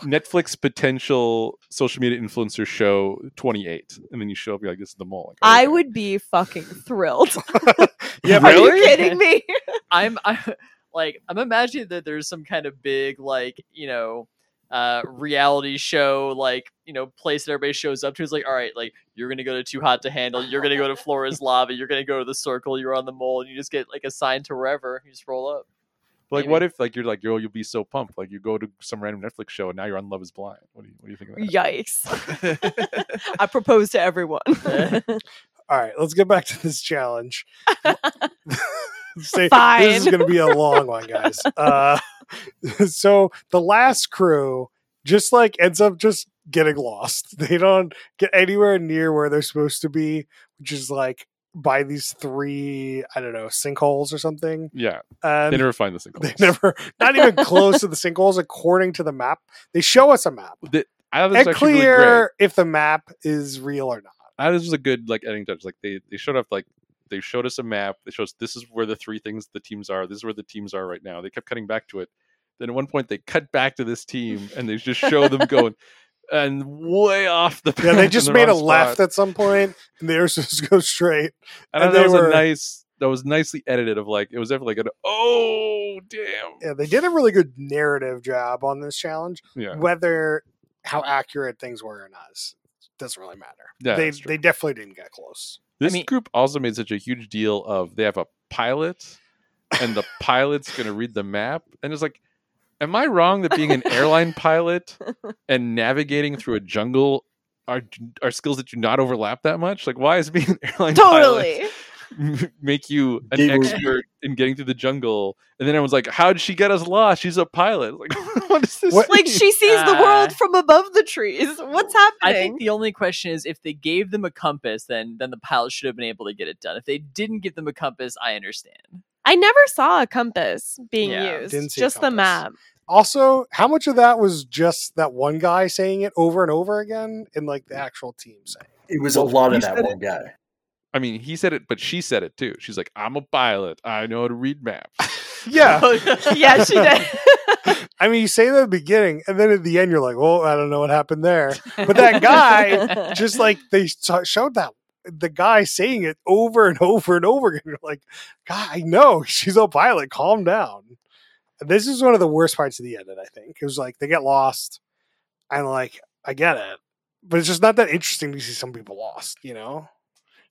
Speaker 3: handle?
Speaker 4: Netflix potential social media influencer show 28, and then you show up you're like this is the mole. Like,
Speaker 3: I
Speaker 4: okay.
Speaker 3: would be fucking thrilled.
Speaker 1: Yeah,
Speaker 3: Are
Speaker 1: but
Speaker 3: you kidding me?
Speaker 2: I'm, I'm like, I'm imagining that there's some kind of big, like, you know, uh, reality show, like, you know, place that everybody shows up to. It's like, all right, like, you're gonna go to Too Hot to Handle, you're gonna go to Flora's Lava, you're gonna go to the Circle, you're on the mole, and you just get like assigned to wherever you just roll up.
Speaker 4: But, like,
Speaker 2: maybe.
Speaker 4: what if like you're like yo, you'll be so pumped, like you go to some random Netflix show and now you're on Love Is Blind. What do you what do you think of that?
Speaker 3: Yikes. I propose to everyone.
Speaker 1: All right, let's get back to this challenge. Say, This is
Speaker 3: Fine.
Speaker 1: going to be a long one, guys. Uh, so the last crew just like ends up just getting lost. They don't get anywhere near where they're supposed to be, which is like by these three, I don't know, sinkholes or something.
Speaker 4: Yeah,
Speaker 1: And
Speaker 4: they never find this thing.
Speaker 1: they never, not even close to the sinkholes according to the map. They show us a map.
Speaker 4: I thought this was
Speaker 1: And
Speaker 4: actually really great.
Speaker 1: clear if the map is real or not.
Speaker 4: I thought this was a good like editing touch. Like they they showed up like they showed us a map. They showed us this is where the three things the teams are. This is where the teams are right now. They kept cutting back to it. Then at one point they cut back to this team and they just show them going and way off the.
Speaker 1: Yeah,
Speaker 4: path
Speaker 1: they
Speaker 4: in
Speaker 1: just
Speaker 4: the
Speaker 1: made a
Speaker 4: wrong
Speaker 1: left
Speaker 4: spot.
Speaker 1: at some point, and they were supposed to go straight.
Speaker 4: And, I
Speaker 1: and
Speaker 4: thought that
Speaker 1: they
Speaker 4: was
Speaker 1: were-
Speaker 4: a nice. That was nicely edited. Of like it was definitely like an oh damn.
Speaker 1: Yeah, they did a really good narrative job on this challenge.
Speaker 4: Yeah,
Speaker 1: Whether how accurate things were or not is- doesn't really matter.
Speaker 4: Yeah,
Speaker 1: they
Speaker 4: that's true.
Speaker 1: they definitely didn't get close.
Speaker 4: this
Speaker 2: mean-
Speaker 4: group also made such a huge deal of they have a pilot, and the pilot's going to read the map, and it's like, am I wrong that being an airline pilot and navigating through a jungle are are skills that do not overlap that much? Like, why is being an airline
Speaker 3: totally.
Speaker 4: pilot make you an
Speaker 6: Giggle.
Speaker 4: expert in getting through the jungle? And then everyone's like, how did she get us lost? She's a pilot. Like, what is this?
Speaker 1: What-
Speaker 3: Like
Speaker 4: mean?
Speaker 3: she sees the
Speaker 2: Uh,
Speaker 3: world from above the trees. What's
Speaker 2: I
Speaker 3: happening?
Speaker 2: think the only question is if they gave them a compass, then then the pilot should have been able to get it done. If they didn't give them a compass, I understand.
Speaker 3: I never saw a compass being
Speaker 2: Yeah,
Speaker 3: used.
Speaker 1: didn't see a
Speaker 3: just the
Speaker 1: compass.
Speaker 3: map.
Speaker 1: Also, how much of that was just that one guy saying it over and over again, and like the
Speaker 4: Mm.
Speaker 1: actual team saying?
Speaker 6: It was
Speaker 4: Well,
Speaker 6: a lot
Speaker 4: he
Speaker 6: of that
Speaker 4: said
Speaker 6: one guy.
Speaker 4: I mean, he said it, but she said it too. She's like, I'm a pilot. I know how to read maps.
Speaker 1: Yeah,
Speaker 3: yeah, she did.
Speaker 1: I mean, you say that at the beginning, and then at the end, you're like, "Well, I don't know what happened there." But that guy Just like they so- showed that the guy saying it over and over and over again. You're like, God, I know she's a pilot. Calm down. This is one of the worst parts of the edit. I think it was like they get lost, and like I get it, but it's just not that interesting to see some people lost. You know,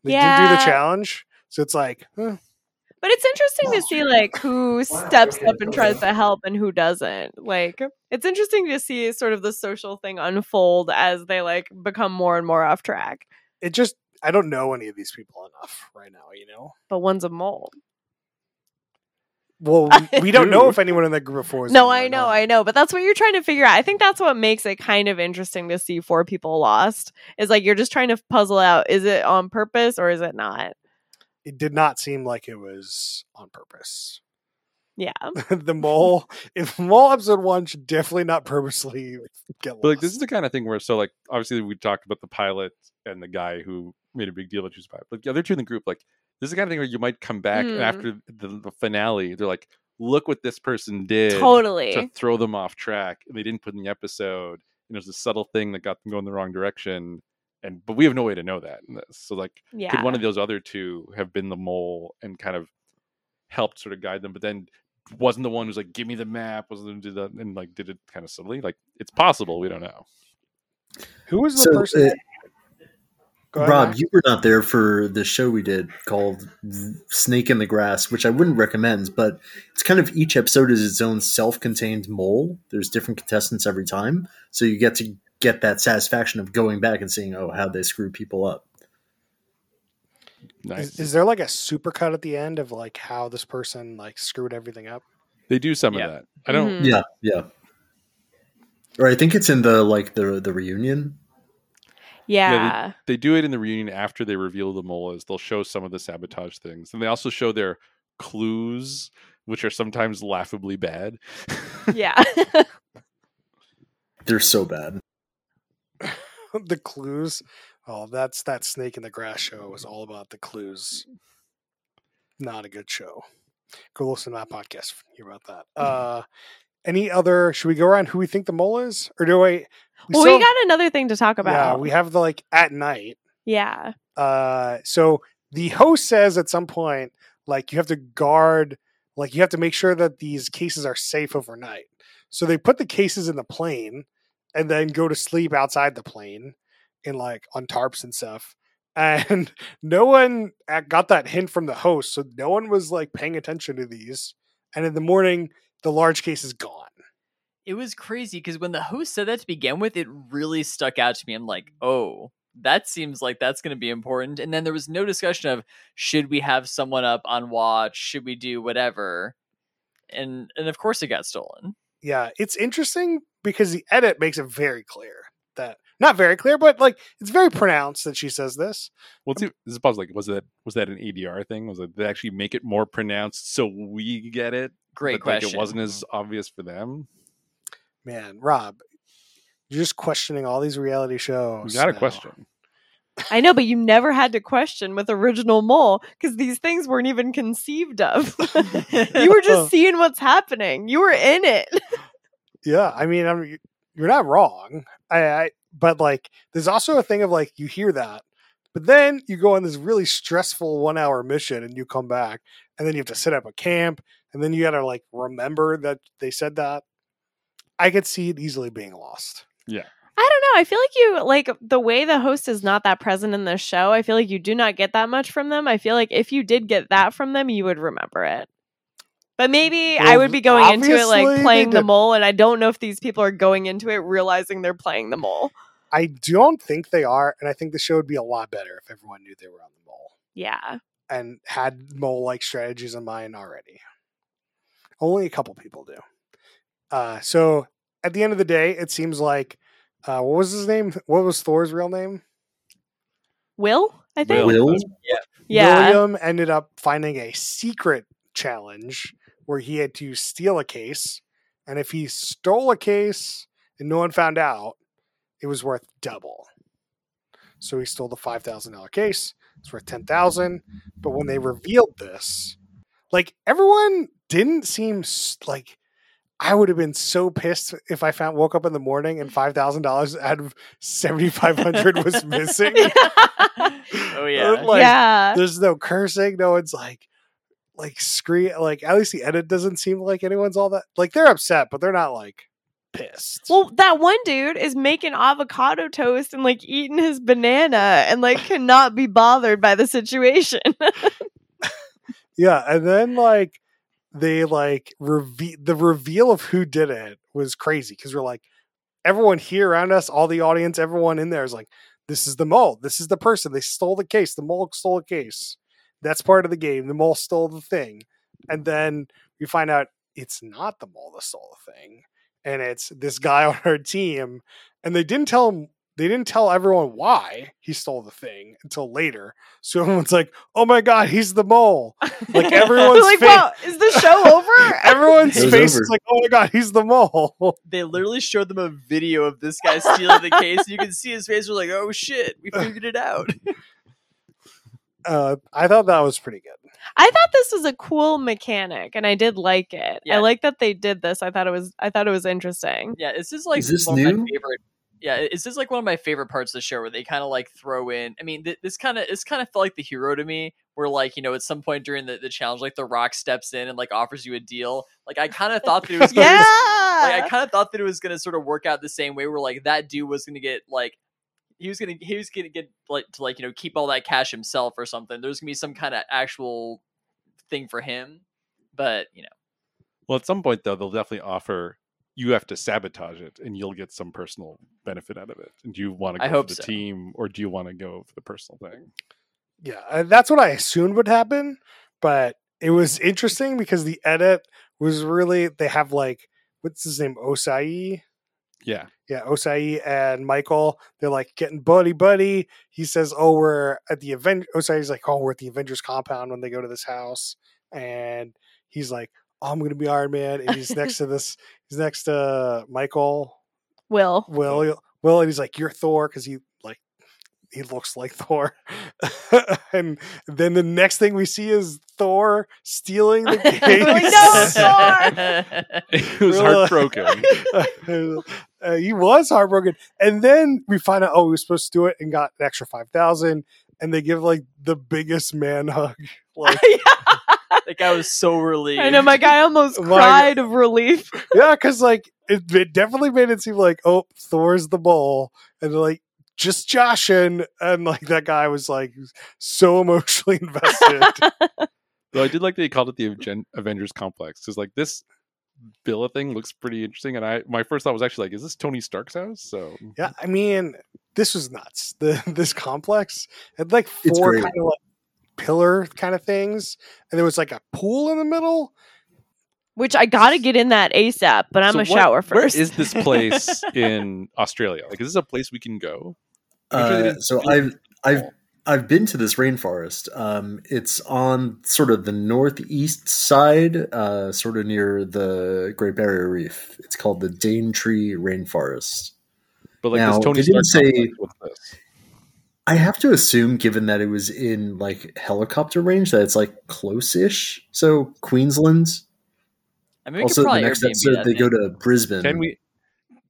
Speaker 1: they do do the
Speaker 3: Yeah.
Speaker 1: challenge, so it's like, eh,
Speaker 3: But it's interesting to see like who steps
Speaker 6: okay,
Speaker 3: up and tries
Speaker 6: okay.
Speaker 3: to help and who doesn't. Like it's interesting to see sort of the social thing unfold as they like become more and more off track.
Speaker 1: it just I don't know any of these people enough right now. You know,
Speaker 3: But one's a mole.
Speaker 1: well, we, we don't know if anyone in that group of four. Is
Speaker 3: No,
Speaker 1: in
Speaker 3: I
Speaker 1: or
Speaker 3: know,
Speaker 1: not.
Speaker 3: I know. But that's what you're trying to figure out. I think that's what makes it kind of interesting to see four people lost. Is like you're just trying to puzzle out is it on purpose or is it not?
Speaker 1: it did not seem like it was on purpose.
Speaker 3: Yeah.
Speaker 1: the mole. If mole episode one should definitely not purposely get lost.
Speaker 4: But like this is the kind of thing where so like obviously we talked about the pilot and the guy who made a big deal about choose pilot. Like the other two in the group, like this is the kind of thing where you might come back and
Speaker 3: Mm.
Speaker 4: after the, the finale. They're like, look what this person did to
Speaker 3: Totally.
Speaker 4: throw them off track, and they didn't put in the episode. And it was a subtle thing that got them going the wrong direction. And but we have no way to know that. in this. So like,
Speaker 3: Yeah.
Speaker 4: could one of those other two have been the mole and kind of helped sort of guide them, but then wasn't the one who's like, give me the map, wasn't the one who did that, and like did it kind of subtly? Like it's possible. We don't know.
Speaker 1: Who was the
Speaker 6: So,
Speaker 1: person?
Speaker 6: uh,
Speaker 1: that- Go ahead,
Speaker 6: Rob,
Speaker 1: Max.
Speaker 6: you were not there for the show we did called Snake in the Grass, which I wouldn't recommend, but it's kind of each episode is its own self contained mole. There's different contestants every time. So you get to get that satisfaction of going back and seeing, oh, how they screw people up.
Speaker 4: Nice.
Speaker 1: is, is there like a supercut at the end of like how this person like screwed everything up?
Speaker 4: they do some
Speaker 2: Yeah.
Speaker 4: of that. I don't.
Speaker 3: Mhm.
Speaker 6: Yeah, yeah. Or I think it's in the like the the reunion.
Speaker 3: Yeah.
Speaker 4: Yeah, They do it in the reunion after they reveal the mole is they'll show some of the sabotage things, and they also show their clues, which are sometimes laughably bad.
Speaker 3: yeah.
Speaker 6: They're so bad.
Speaker 1: the clues. Oh, that's that snake in the grass show was all about the clues. Not a good show. Go listen to that podcast. if you hear about that. Uh, any other? Should we go around who we think the mole is, or do I? We
Speaker 3: well,
Speaker 1: still-
Speaker 3: we got another thing to talk about.
Speaker 1: Yeah, we have the like at night.
Speaker 3: yeah.
Speaker 1: Uh, so the host says at some point, like you have to guard, like you have to make sure that these cases are safe overnight. So they put the cases in the plane and then go to sleep outside the plane in like on tarps and stuff. And no one uh, got that hint from the host, so no one was like paying attention to these. And in the morning, the large case is gone.
Speaker 2: It was crazy because when the host said that to begin with, it really stuck out to me. I'm like, oh, that seems like that's going to be important. And then there was no discussion of should we have someone up on watch? Should we do whatever? And and of course it got stolen.
Speaker 1: yeah, it's interesting because the edit makes it very clear that not very clear, but like it's very pronounced that she says this.
Speaker 4: Well, see, this is possible. Like, was that was that an ADR thing? Was it they actually make it more pronounced so we get it?
Speaker 2: Great
Speaker 4: but, like,
Speaker 2: question.
Speaker 4: it wasn't as obvious for them.
Speaker 1: Man, Rob, you're just questioning all these reality
Speaker 4: We
Speaker 1: shows.
Speaker 4: got a
Speaker 1: now.
Speaker 4: question.
Speaker 3: I know, but you never had to question with original mole because these things weren't even conceived of. you were just seeing what's happening. You were in it.
Speaker 1: Yeah, I mean, I'm, you're not wrong. I, I, but like, there's also a thing of like you hear that, but then you go on this really stressful one hour mission and you come back, and then you have to set up a camp, and then you got to like remember that they said that. I could see it easily being lost.
Speaker 3: I don't know. I feel like you like the way the host is not that present in the show. I feel like you do not get that much from them. I feel like if you did get that from them, you would remember it. But maybe I
Speaker 1: Well,
Speaker 3: would be going into it
Speaker 1: obviously
Speaker 3: like
Speaker 1: they
Speaker 3: playing the
Speaker 1: did.
Speaker 3: mole, and I don't know if these people are going into it realizing they're playing the mole.
Speaker 1: I don't think they are, and I think the show would be a lot better if everyone knew they were on the mole
Speaker 3: Yeah.
Speaker 1: and had mole like strategies in mind already. Only a couple people do. Uh, so at the end of the day, it seems like uh, what was his name? What was Thor's real name?
Speaker 3: Will, I think.
Speaker 4: Will.
Speaker 6: Will?
Speaker 3: Yeah.
Speaker 1: William ended up finding a secret challenge where he had to steal a case, and if he stole a case and no one found out, it was worth double. So he stole the five thousand dollar case. It's worth ten thousand. But when they revealed this, like everyone didn't seem s- like I would have been so pissed if I found woke up in the morning and five thousand dollars out of seventy five hundred was missing.
Speaker 2: oh yeah.
Speaker 1: Like,
Speaker 3: yeah.
Speaker 1: there's no cursing no one's like like scream like at least the edit doesn't seem like anyone's all that like they're upset but they're not like pissed
Speaker 3: Well, that one dude is making avocado toast and like eating his banana and like cannot be bothered by the situation.
Speaker 1: yeah and then like they like reveal the reveal of who did it was crazy because we're like everyone here around us all the audience everyone in there is like this is the mole this is the person they stole the case the mole stole a case that's part of the game the mole stole the thing and then we find out it's not the mole that stole the thing and it's this guy on her team and they didn't tell him They didn't tell everyone why he stole the thing until later. So everyone's like, "Oh my god, he's the mole!" Like everyone's
Speaker 3: They're like,
Speaker 1: face,
Speaker 3: wow, is the show over?
Speaker 1: everyone's
Speaker 6: It was
Speaker 1: face
Speaker 6: over.
Speaker 1: is like, "Oh my god, he's the mole."
Speaker 2: They literally showed them a video of this guy stealing the case. and You can see his face. We're like, oh shit, we figured it out.
Speaker 1: Uh, I thought that was pretty good.
Speaker 3: I thought this was a cool mechanic, and I did like it.
Speaker 2: Yeah.
Speaker 3: I like that they did this. I thought it was. I thought it was interesting.
Speaker 2: Yeah, this is like
Speaker 6: Is this
Speaker 2: one of my
Speaker 6: new?
Speaker 2: favorite. Yeah, it- this is like one of my favorite parts of the show where they kind of like throw in. I mean, th- this kind of this kind of felt like the hero to me, where like you know at some point during the, the challenge, like the Rock steps in and like offers you a deal. Like I kind of thought that it was gonna,
Speaker 3: Yeah,
Speaker 2: like I kind of thought that it was gonna sort of work out the same way, where like that dude was gonna get like he was gonna he was gonna get like to like you know keep all that cash himself or something. There's gonna be some kind of actual thing for him, but you know.
Speaker 4: Well, at some point though, they'll definitely offer you have to sabotage it, and you'll get some personal benefit out of it. And do you want to go
Speaker 2: I hope
Speaker 4: for
Speaker 2: so.
Speaker 4: the team, or do you want to go for the personal thing?
Speaker 1: Yeah, uh, that's what I assumed would happen, but it was interesting because the edit was really they have like what's his name Osai.
Speaker 4: Yeah,
Speaker 1: Yeah, Osai and Michael, they're like getting buddy buddy. He says, "Oh, we're at the Avengers." Osai's like, "Oh, we're at the Avengers compound when they go to this house," and he's like, oh, "I'm gonna be Iron Man," and he's next to this. He's next to Michael
Speaker 3: Will.
Speaker 1: Will. Will, and he's like, "You're Thor," because he like he looks like Thor. and then the next thing we see is Thor stealing the
Speaker 3: Like,
Speaker 1: case.
Speaker 3: No,
Speaker 4: it was
Speaker 1: Really?
Speaker 4: heartbroken.
Speaker 1: uh, he was heartbroken. And then we find out, oh, we were supposed to do it and got an extra 5,000. And they give like the biggest man hug. Like,
Speaker 2: That guy was so relieved.
Speaker 3: I know my guy almost
Speaker 1: My-
Speaker 3: cried of relief.
Speaker 1: yeah, because like it, it definitely made it seem like, oh, Thor's the bull. And they're like, just joshing. And like that guy was like so emotionally invested.
Speaker 4: Though I did like that he called it the Aven- Avengers complex because like this villa thing looks pretty interesting, and I my first thought was actually like, is this Tony Stark's house? So
Speaker 1: yeah, I mean, this was nuts. The, this complex had like
Speaker 6: It's
Speaker 1: four
Speaker 6: great.
Speaker 1: kind of like pillar kind of things. And there was like a pool in the middle.
Speaker 3: Which I gotta get in that ASAP, but I'm
Speaker 4: So
Speaker 3: a
Speaker 4: what-
Speaker 3: shower first.
Speaker 4: Where is this place in Australia? Like, is this a place we can go? I'm sure they
Speaker 6: Uh,
Speaker 4: didn't
Speaker 6: so
Speaker 4: do
Speaker 6: I've I've
Speaker 4: all.
Speaker 6: I've been to this rainforest. Um, it's on sort of the northeast side, uh, sort of near the Great Barrier Reef. It's called the Daintree Rainforest.
Speaker 4: But like
Speaker 6: Now,
Speaker 4: this Tony
Speaker 6: they didn't
Speaker 4: Stark complex,
Speaker 6: say-
Speaker 4: what's this?
Speaker 6: I have to assume, given that it was in like helicopter range, that it's like close-ish. So Queensland.
Speaker 2: I mean, we
Speaker 6: also,
Speaker 2: could
Speaker 6: the
Speaker 2: probably
Speaker 6: next
Speaker 2: Airbnb
Speaker 6: episode
Speaker 2: that
Speaker 6: they
Speaker 2: thing.
Speaker 6: go to Brisbane.
Speaker 4: Can we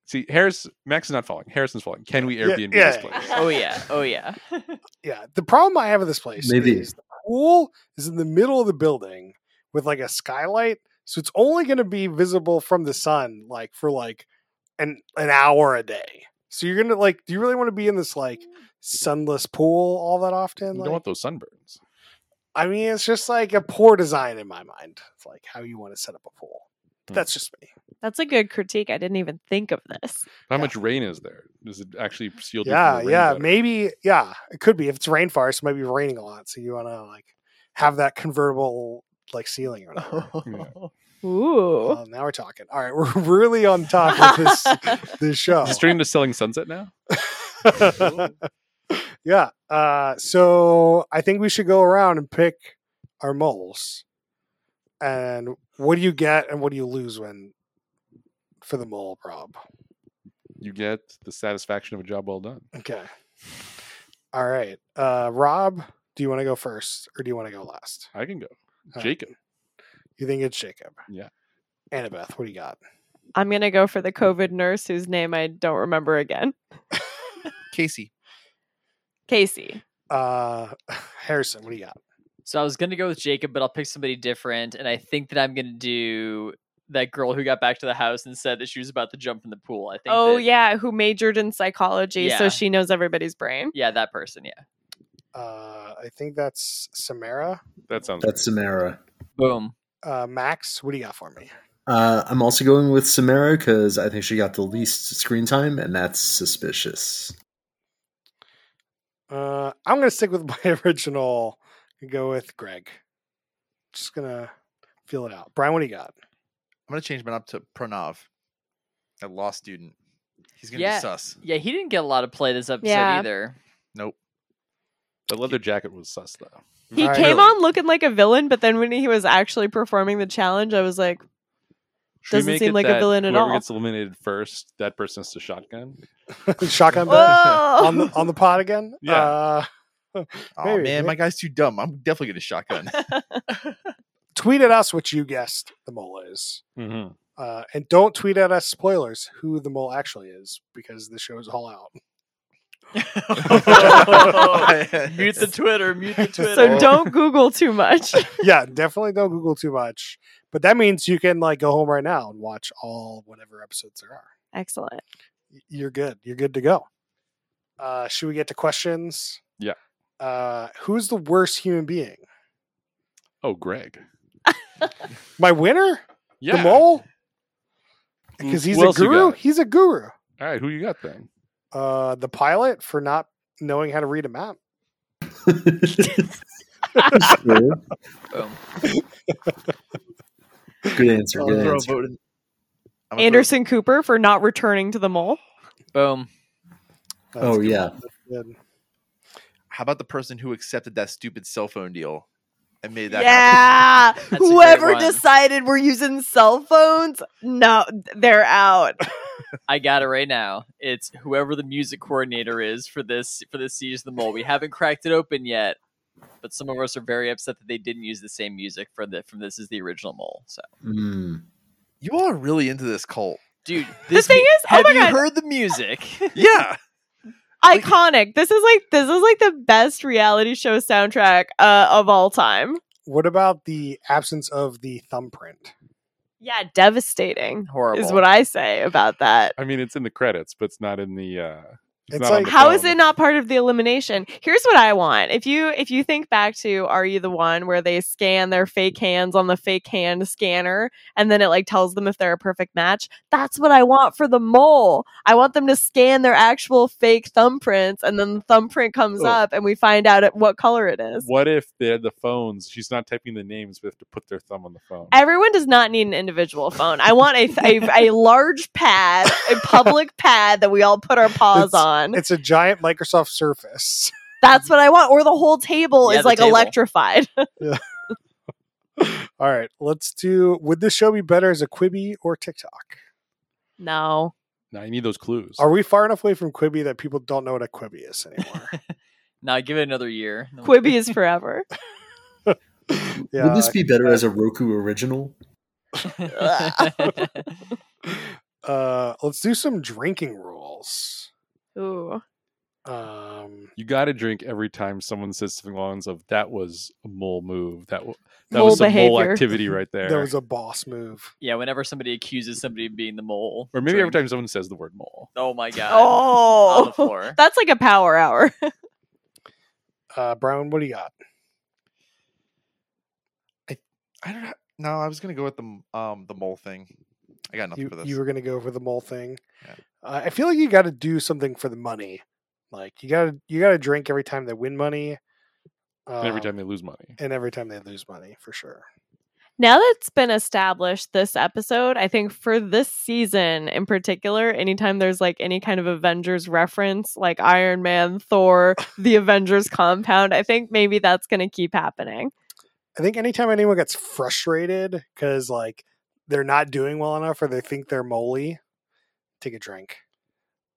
Speaker 4: see Harris? Max is not falling. Harrison's falling. Can we
Speaker 1: Yeah,
Speaker 4: Airbnb
Speaker 1: yeah.
Speaker 4: this place?
Speaker 2: Oh yeah, oh yeah.
Speaker 1: Yeah, the problem I have with this place
Speaker 6: Maybe.
Speaker 1: is the pool is in the middle of the building with like a skylight, so it's only going to be visible from the sun, like for like an an hour a day. So you're gonna like, do you really want to be in this like sunless pool all that often?
Speaker 4: You
Speaker 1: Like,
Speaker 4: don't want those sunburns.
Speaker 1: I mean, it's just like a poor design in my mind. It's like how you want to set up a pool. But
Speaker 4: Hmm.
Speaker 1: that's just me.
Speaker 3: That's a good critique. I didn't even think of this.
Speaker 4: How
Speaker 1: Yeah.
Speaker 4: much rain is there? Does it actually seal? you from
Speaker 1: yeah,
Speaker 4: the rain
Speaker 1: yeah,
Speaker 4: better?
Speaker 1: maybe, yeah, it could be. If it's rainforest, it might be raining a lot, so you want to like have that convertible like ceiling or whatever.
Speaker 3: Ooh.
Speaker 1: Well, now we're talking. All right, we're really on top of this this show.
Speaker 4: Is this during the selling sunset now?
Speaker 1: yeah. Uh, so I think we should go around and pick our moles. And what do you get and what do you lose when for the mole prob?
Speaker 4: You get the satisfaction of a job well done.
Speaker 1: Okay. All right. Uh, Rob, do you want to go first or do you want to go last?
Speaker 4: I can go.
Speaker 1: All right.
Speaker 4: Jacob.
Speaker 1: You think it's Jacob?
Speaker 4: Yeah.
Speaker 1: Annabeth, what do you got?
Speaker 3: I'm gonna go for the COVID nurse whose name I don't remember again.
Speaker 5: Casey.
Speaker 3: Casey.
Speaker 1: Uh, Harrison, what do you got?
Speaker 2: So I was gonna go with Jacob, but I'll pick somebody different, and I think that I'm gonna do that girl who got back to the house and said that she was about to jump in the pool. I think.
Speaker 3: Oh
Speaker 2: that-
Speaker 3: yeah, who majored in psychology,
Speaker 2: Yeah.
Speaker 3: so she knows everybody's brain.
Speaker 2: yeah, that person. Yeah.
Speaker 1: Uh, I think that's Samara.
Speaker 4: That sounds.
Speaker 6: That's Samara.
Speaker 2: Boom.
Speaker 1: Uh, Max, what do you got for me?
Speaker 6: Uh, I'm also going with Samara because I think she got the least screen time, and that's suspicious.
Speaker 1: Uh, I'm gonna stick with my original and go with Greg. Just gonna feel it out. Brian, what do you got?
Speaker 5: I'm gonna change mine up to Pranav, a law student. He's He's gonna
Speaker 2: Yeah.
Speaker 5: be sus.
Speaker 2: Yeah, he didn't get a lot of play this episode
Speaker 3: Yeah.
Speaker 2: either.
Speaker 4: The leather jacket was sus though.
Speaker 3: He
Speaker 1: Right.
Speaker 3: came on looking like a villain, but then when he was actually performing the challenge, I was like,
Speaker 4: Should we
Speaker 3: Doesn't
Speaker 4: make
Speaker 3: seem
Speaker 4: it
Speaker 3: like a
Speaker 4: that
Speaker 3: villain at
Speaker 4: whoever
Speaker 3: all.
Speaker 4: gets eliminated first, that person has to shotgun.
Speaker 1: Shotgun Bill
Speaker 3: "Whoa!"
Speaker 1: on the on the pod again.
Speaker 4: Yeah.
Speaker 1: Uh,
Speaker 5: Oh
Speaker 1: Maybe,
Speaker 5: man,
Speaker 1: maybe.
Speaker 5: my guy's too dumb. I'm definitely gonna shotgun.
Speaker 1: tweet at us what you guessed the mole is.
Speaker 4: Mm-hmm.
Speaker 1: Uh, and don't tweet at us spoilers who the mole actually is because the show is all out.
Speaker 2: mute the Twitter, mute the Twitter.
Speaker 3: so don't Google too much.
Speaker 1: yeah, definitely don't Google too much. But that means you can like go home right now and watch all whatever episodes there are.
Speaker 3: Excellent.
Speaker 1: Y- You're good. You're good to go. Uh, should we get to questions?
Speaker 4: Yeah.
Speaker 1: Uh, who's the worst human being?
Speaker 4: Oh, Greg.
Speaker 1: My winner,
Speaker 4: Yeah. Mm,
Speaker 1: the mole, because he's
Speaker 4: Who
Speaker 1: a
Speaker 4: else you
Speaker 1: guru.
Speaker 4: got?
Speaker 1: He's a guru.
Speaker 4: All right, who you got then?
Speaker 1: Uh, the pilot for not knowing how to read a map.
Speaker 6: Good
Speaker 2: Boom.
Speaker 6: answer.
Speaker 5: I'll
Speaker 6: Good
Speaker 5: throw a
Speaker 6: answer.
Speaker 5: vote in- I'm gonna throw-
Speaker 3: Anderson Cooper for not returning to the mole.
Speaker 2: Boom.
Speaker 1: That's
Speaker 6: Oh,
Speaker 1: good.
Speaker 6: yeah.
Speaker 1: That's good.
Speaker 5: How about the person who accepted that stupid cell phone deal and made that? happen?
Speaker 3: Yeah.
Speaker 2: a great
Speaker 3: Whoever
Speaker 2: one.
Speaker 3: decided we're using cell phones, no, they're out.
Speaker 2: I got it right now. It's whoever the music coordinator is for this for this Siege of the Mole. We haven't cracked it open yet, but some of us are very upset that they didn't use the same music for the from this is the original Mole. So,
Speaker 6: Mm.
Speaker 5: You all are really into this cult.
Speaker 2: dude,
Speaker 3: The
Speaker 2: this
Speaker 3: thing
Speaker 2: mu-
Speaker 3: is- oh
Speaker 2: have
Speaker 3: my
Speaker 2: you
Speaker 3: God.
Speaker 2: heard the music?
Speaker 5: Yeah.
Speaker 3: Iconic. This is like this is like the best reality show soundtrack uh, of all time.
Speaker 1: What about the absence of the thumbprint?
Speaker 3: Yeah, devastating
Speaker 2: Horrible.
Speaker 3: is what I say about that.
Speaker 4: I mean, it's in the credits, but it's not in the. uh
Speaker 1: It's
Speaker 4: not on
Speaker 1: like-
Speaker 4: the
Speaker 3: How is
Speaker 4: phone.
Speaker 3: it not part of the elimination? Here's what I want. If you if you think back to Are You the One where they scan their fake hands on the fake hand scanner and then it like tells them if they're a perfect match, that's what I want for the mole. I want them to scan their actual fake thumbprints and then the thumbprint comes
Speaker 4: Oh.
Speaker 3: up and we find out at what color it is.
Speaker 4: What if they had the phones? She's not typing the names, but have to put their thumb on the phone.
Speaker 3: Everyone does not need an individual phone. I want a, a, a large pad, a public pad that we all put our paws
Speaker 1: It's-
Speaker 3: on.
Speaker 1: It's a giant Microsoft Surface.
Speaker 3: That's what I want. Or the whole table
Speaker 2: Yeah,
Speaker 3: is
Speaker 2: the
Speaker 3: like
Speaker 2: table.
Speaker 3: electrified.
Speaker 1: All right, let's do. Would this show be better as a Quibi or TikTok?
Speaker 3: no.
Speaker 4: now you need those clues.
Speaker 1: Are we far enough away from Quibi that people don't know what a Quibi is anymore?
Speaker 2: now give it another year. No-
Speaker 3: Quibi is forever.
Speaker 1: yeah,
Speaker 6: Would this be better as a Roku original?
Speaker 1: uh, let's do some drinking rules.
Speaker 3: Ooh.
Speaker 1: Um,
Speaker 4: you got to drink every time someone says something along the lines of "That was a mole move. That was that
Speaker 3: Mole
Speaker 4: was some mole
Speaker 3: behavior.
Speaker 4: activity right there."
Speaker 1: there was a boss move.
Speaker 2: yeah, whenever somebody accuses somebody of being the mole,
Speaker 4: or maybe every
Speaker 2: drink.
Speaker 4: time someone says the word mole.
Speaker 2: Oh my god. on the
Speaker 3: Oh.
Speaker 2: floor.
Speaker 3: That's like a power hour.
Speaker 1: Uh, Brown, what do you got?
Speaker 5: I don't. know. No, I was gonna go with the um the mole thing. I got nothing
Speaker 1: You,
Speaker 5: for this.
Speaker 1: you were gonna go for the mole thing.
Speaker 5: Yeah.
Speaker 1: Uh, I feel like you got to do something for the money. Like you gotta you gotta drink every time they win money. Uh,
Speaker 4: And every time they lose money.
Speaker 1: and every time they lose money for sure.
Speaker 3: Now that's been established this episode, I think for this season in particular, anytime there's like any kind of Avengers reference, like Iron Man, Thor, the Avengers compound, I think maybe that's going to keep happening.
Speaker 1: I think anytime anyone gets frustrated because like they're not doing well enough or they think they're moly, take a drink.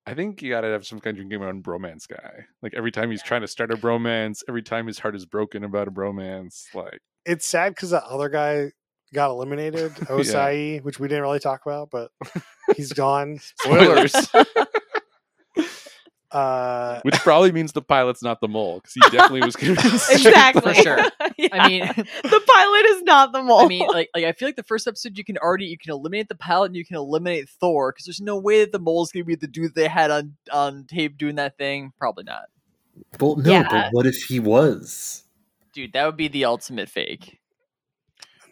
Speaker 4: I think you got to have some kind of game on bromance guy. Like every time he's trying to start a bromance, every time his heart is broken about a bromance. Like
Speaker 1: It's sad because the other guy got eliminated, Osai, E, which we didn't really talk about, but he's gone.
Speaker 4: spoilers,
Speaker 1: Uh,
Speaker 4: which probably means the pilot's not the mole because he definitely was convinced.
Speaker 3: Exactly.
Speaker 2: For sure.
Speaker 3: Yeah.
Speaker 2: I mean,
Speaker 3: the pilot is not the mole.
Speaker 2: I mean, like, like I feel like the first episode you can already you can eliminate the pilot and you can eliminate Thor because there's no way that the mole's gonna be the dude they had on on tape doing that thing. Probably not,
Speaker 6: Well, no,
Speaker 3: Yeah.
Speaker 6: but what if he was?
Speaker 2: dude. That would be the ultimate fake.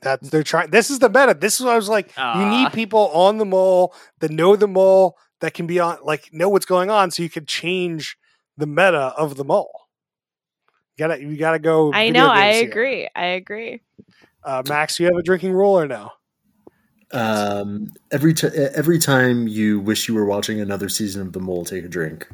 Speaker 1: that's they're trying. This is the meta. This is what I was like. you
Speaker 2: Ah.
Speaker 1: need people on the mole that know the mole that can be on, like, know what's going on, so you can change the meta of the mole. You gotta, you gotta go.
Speaker 3: I
Speaker 1: video
Speaker 3: know. I
Speaker 1: games here.
Speaker 3: agree. I agree.
Speaker 1: Uh, Max, you have a drinking rule or no?
Speaker 6: Um, every t- every time you wish you were watching another season of The Mole, take a drink.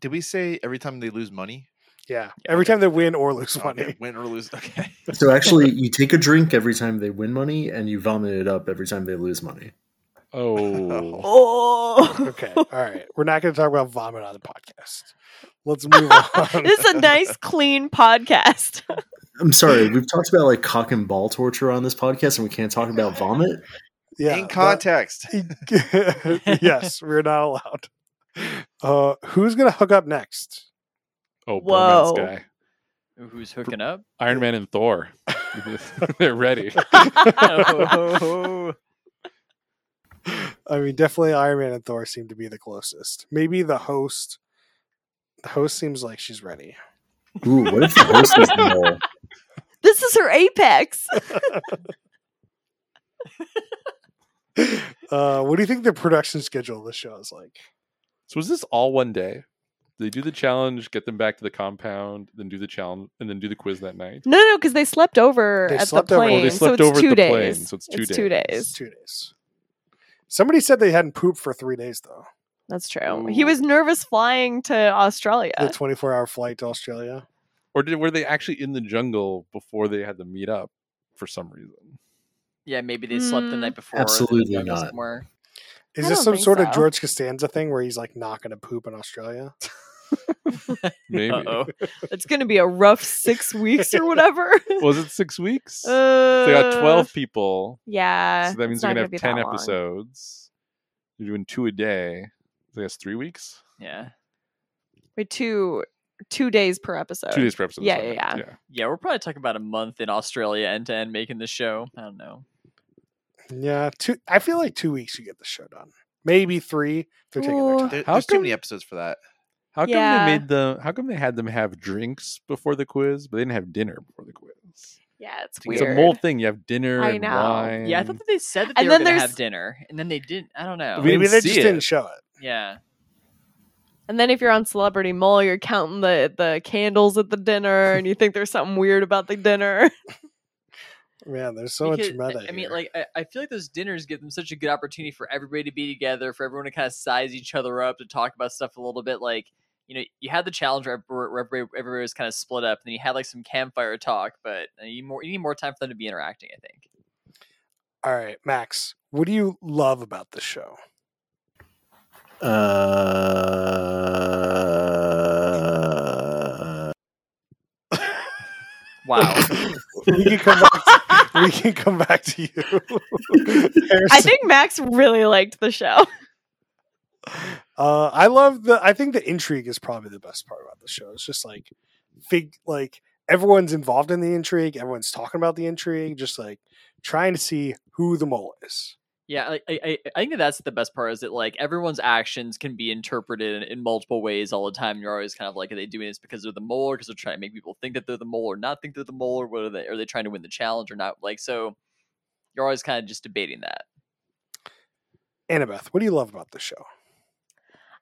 Speaker 5: Did we say every time they lose money? Oh,
Speaker 1: Yeah. Every time they win or lose money.
Speaker 5: Okay, win or lose. Okay.
Speaker 6: So actually, you take a drink every time they win money, and you vomit it up every time they lose money.
Speaker 4: Oh,
Speaker 3: Oh,
Speaker 1: Okay. All right. We're not going to talk about vomit on the podcast. Let's move
Speaker 4: Um,
Speaker 1: on.
Speaker 3: this is a nice, clean podcast.
Speaker 6: I'm sorry, we've talked about like cock and ball torture on this podcast, and we can't talk about vomit.
Speaker 1: yeah,
Speaker 5: In
Speaker 1: but-
Speaker 5: context.
Speaker 1: yes, we're not allowed. Uh, who's going to hook up next?
Speaker 4: oh,
Speaker 3: Whoa.
Speaker 4: Burman's guy,
Speaker 2: Who's hooking up?
Speaker 4: Iron Man and Thor. They're ready.
Speaker 2: Oh.
Speaker 1: I mean, definitely Iron Man and Thor seem to be the closest. Maybe the host. The host seems like she's ready.
Speaker 6: Ooh, what if the host is the mole?
Speaker 3: this is her apex.
Speaker 1: Uh, what do you think the production schedule of the show is like?
Speaker 4: So is this all one day? They do the challenge, get them back to the compound, then do the challenge, and then do the quiz that night.
Speaker 3: No, no, because they slept over
Speaker 1: They
Speaker 3: at
Speaker 1: slept
Speaker 3: the
Speaker 1: over.
Speaker 3: plane.
Speaker 1: Well, they
Speaker 3: so
Speaker 4: slept
Speaker 3: it's
Speaker 4: over at
Speaker 3: two
Speaker 4: the
Speaker 3: days.
Speaker 4: plane, so it's two days.
Speaker 1: It's two days. Somebody said they hadn't pooped for three days though.
Speaker 3: That's true. He
Speaker 4: Ooh.
Speaker 3: was nervous flying to Australia.
Speaker 1: The twenty-four hour flight to Australia.
Speaker 4: Or did, were they actually in the jungle before they had to meet up for some reason?
Speaker 2: yeah, maybe they slept the
Speaker 3: Mm.
Speaker 2: night before. or they
Speaker 6: Absolutely
Speaker 2: went
Speaker 6: not.
Speaker 2: Somewhere.
Speaker 1: Is
Speaker 3: I
Speaker 1: this
Speaker 3: don't
Speaker 1: some
Speaker 3: think
Speaker 1: sort
Speaker 3: so.
Speaker 1: of George Costanza thing where he's like not going to poop in Australia?
Speaker 4: Maybe.
Speaker 2: Uh-oh.
Speaker 3: It's going to be a rough six weeks or whatever.
Speaker 4: Was it six weeks?
Speaker 3: Uh,
Speaker 4: they got 12 people.
Speaker 3: Yeah.
Speaker 4: So that means
Speaker 3: it's not
Speaker 4: they're going
Speaker 3: be
Speaker 4: to have 10
Speaker 3: that long.
Speaker 4: episodes. They're doing two a day. So that's three weeks?
Speaker 2: Yeah.
Speaker 3: Wait, two, two days per episode.
Speaker 4: two days per episode.
Speaker 3: Uh, yeah,
Speaker 4: sorry.
Speaker 3: yeah, yeah.
Speaker 2: Yeah, we're probably talking about a month in Australia end to end making the show. I don't know.
Speaker 1: Yeah, two. I feel like two weeks you get the show done. Maybe three. If they're taking their
Speaker 3: Ooh.
Speaker 1: time.
Speaker 5: There-
Speaker 4: How
Speaker 5: there's too
Speaker 4: come-
Speaker 5: many episodes for that.
Speaker 4: How come
Speaker 3: Yeah.
Speaker 4: they made the? How come they had them have drinks before the quiz, but they didn't have dinner before the quiz?
Speaker 3: Yeah, it's
Speaker 4: It's
Speaker 3: weird.
Speaker 4: a mole thing. You have dinner
Speaker 3: I
Speaker 4: and
Speaker 3: know.
Speaker 4: wine.
Speaker 2: Yeah, I thought that they said that they
Speaker 3: And
Speaker 2: were
Speaker 3: then
Speaker 2: going to
Speaker 3: there's-
Speaker 2: have dinner, and then they didn't. I don't know.
Speaker 4: We
Speaker 1: Maybe
Speaker 4: didn't
Speaker 1: they
Speaker 4: see
Speaker 1: just
Speaker 4: it.
Speaker 1: didn't show it.
Speaker 2: yeah.
Speaker 3: And then if you're on Celebrity Mole, you're counting the the candles at the dinner, and you think there's something weird about the dinner.
Speaker 1: Man, there's so
Speaker 2: Because,
Speaker 1: much meta.
Speaker 2: I- I mean,
Speaker 1: here.
Speaker 2: like, I, I feel like those dinners give them such a good opportunity for everybody to be together, for everyone to kind of size each other up, to talk about stuff a little bit. Like, you know, you had the challenge where, where, where everybody- everybody was kind of split up, and then you had like some campfire talk, but uh, you more you need more time for them to be interacting. I think.
Speaker 1: all right, Max, what do you love about the show?
Speaker 6: Uh,
Speaker 2: Wow.
Speaker 1: we can come back. To, we can come back to you.
Speaker 3: I
Speaker 1: Harrison,
Speaker 3: think Max really liked the show.
Speaker 1: uh, I love the. I think the intrigue is probably the best part about the show. It's just like, fig, like everyone's involved in the intrigue. Everyone's talking about the intrigue. Just like trying to see who the mole is.
Speaker 2: Yeah, like, I, I I think that that's the best part is that like everyone's actions can be interpreted in, in multiple ways all the time. You're always kind of like, are they doing this because they're the mole, or because they're trying to make people think that they're the mole, or not think they're the mole, or what are they? Are they trying to win the challenge or not? Like, so you're always kind of just debating that.
Speaker 1: Annabeth, what do you love about the show?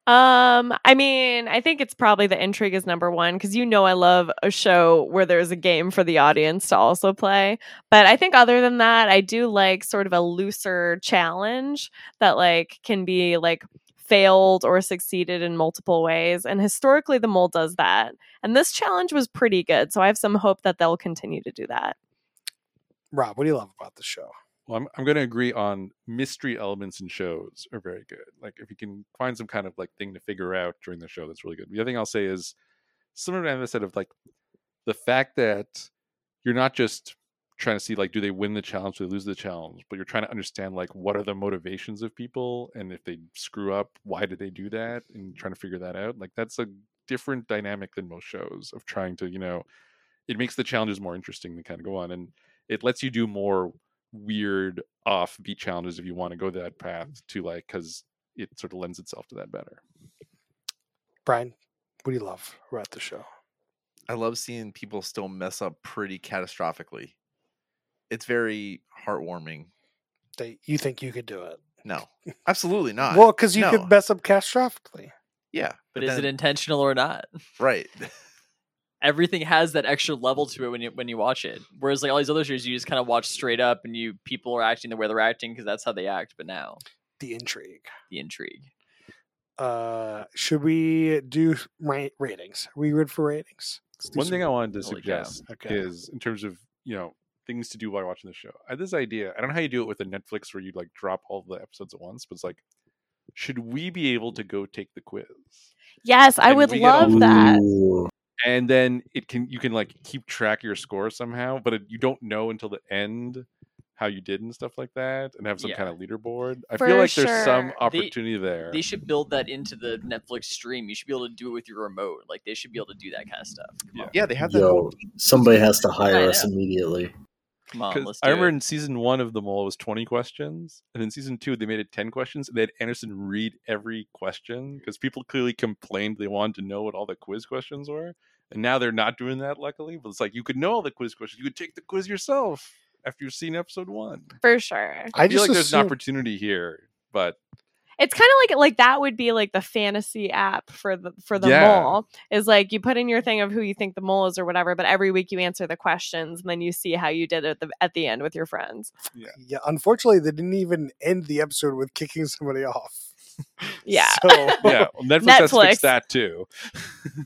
Speaker 3: Um, I mean, I think it's probably the intrigue is number one because you know I love a show where there's a game for the audience to also play. But I think other than that, I do like sort of a looser challenge that like can be like failed or succeeded in multiple ways. And historically, the mole does that. And this challenge was pretty good, so I have some hope that they'll continue to do that.
Speaker 1: Rob, what do you love about the show?
Speaker 4: Well, I'm, I'm going to agree on mystery elements in shows are very good. Like if you can find some kind of like thing to figure out during the show, that's really good. The other thing I'll say is similar to Anna said of like the fact that you're not just trying to see like do they win the challenge, do they lose the challenge, but you're trying to understand like what are the motivations of people and if they screw up, why did they do that, and trying to figure that out. Like that's a different dynamic than most shows of trying to you know it makes the challenges more interesting to kind of go on and it lets you do more weird offbeat challenges if you want to go that path to like because it sort of lends itself to that better
Speaker 1: Brian, what do you love about the show?
Speaker 5: I love seeing people still mess up pretty catastrophically. It's very heartwarming.
Speaker 1: That you think you could do it?
Speaker 5: No, absolutely not.
Speaker 1: well, because you
Speaker 5: no.
Speaker 1: could mess up catastrophically.
Speaker 5: yeah,
Speaker 2: But is
Speaker 5: then-
Speaker 2: it intentional or not?
Speaker 5: right?
Speaker 2: everything has that extra level to it when you when you watch it. Whereas like all these other shows, you just kind of watch straight up, and you people are acting the way they're acting because that's how they act. But now
Speaker 1: the intrigue.
Speaker 2: the intrigue.
Speaker 1: Uh, should we do ra- ratings? Are we good for ratings? Let's do
Speaker 4: One
Speaker 1: some-
Speaker 4: thing I wanted to
Speaker 2: Holy cow.
Speaker 4: suggest
Speaker 1: Okay.
Speaker 4: is in terms of you know things to do while watching the show. I had this idea. I don't know how you do it with a Netflix where you like drop all the episodes at once, but it's like, should we be able to go take the quiz?
Speaker 3: Yes, I
Speaker 4: And
Speaker 3: would
Speaker 4: we get all
Speaker 3: love that.
Speaker 6: Ooh.
Speaker 4: And then it can you can like keep track of your score somehow, but it, you don't know until the end how you did and stuff like that, and have some
Speaker 2: Yeah.
Speaker 4: kind of leaderboard. I
Speaker 3: For
Speaker 4: feel like there's some
Speaker 3: sure. They-
Speaker 4: opportunity there.
Speaker 2: They should build that into the Netflix stream. You should be able to do it with your remote. Like they should be able to do that kind
Speaker 4: Mm.
Speaker 2: of stuff. Come on,
Speaker 5: Yeah, they have that.
Speaker 6: Yo,
Speaker 5: whole-
Speaker 6: somebody has to hire
Speaker 2: I
Speaker 6: us immediately.
Speaker 2: come
Speaker 3: Um,
Speaker 2: on.
Speaker 4: 'Cause
Speaker 2: Let's do
Speaker 4: I remember
Speaker 2: it.
Speaker 4: in season one of the mole it was 20 questions, and in season two they made it 10 questions, and they had Anderson read every question because people clearly complained they wanted to know what all the quiz questions were, and now they're not doing that. Luckily, but it's like you could know all the quiz questions, you could take the quiz yourself after you've seen episode one.
Speaker 3: For sure.
Speaker 1: I,
Speaker 4: I, feel
Speaker 1: just
Speaker 4: like there's an
Speaker 1: assume-
Speaker 4: opportunity here, but
Speaker 3: It's kind of like like that would be like the fantasy app for the for the
Speaker 4: Yeah.
Speaker 3: mole is like you put in your thing of who you think the mole is or whatever, but every week you answer the questions and then you see how you did at the at the end with your friends.
Speaker 1: yeah, unfortunately, they didn't even end the episode with kicking somebody off.
Speaker 3: Yeah.
Speaker 1: So,
Speaker 4: yeah, well, Netflix, has
Speaker 3: Netflix.
Speaker 4: fixed that too.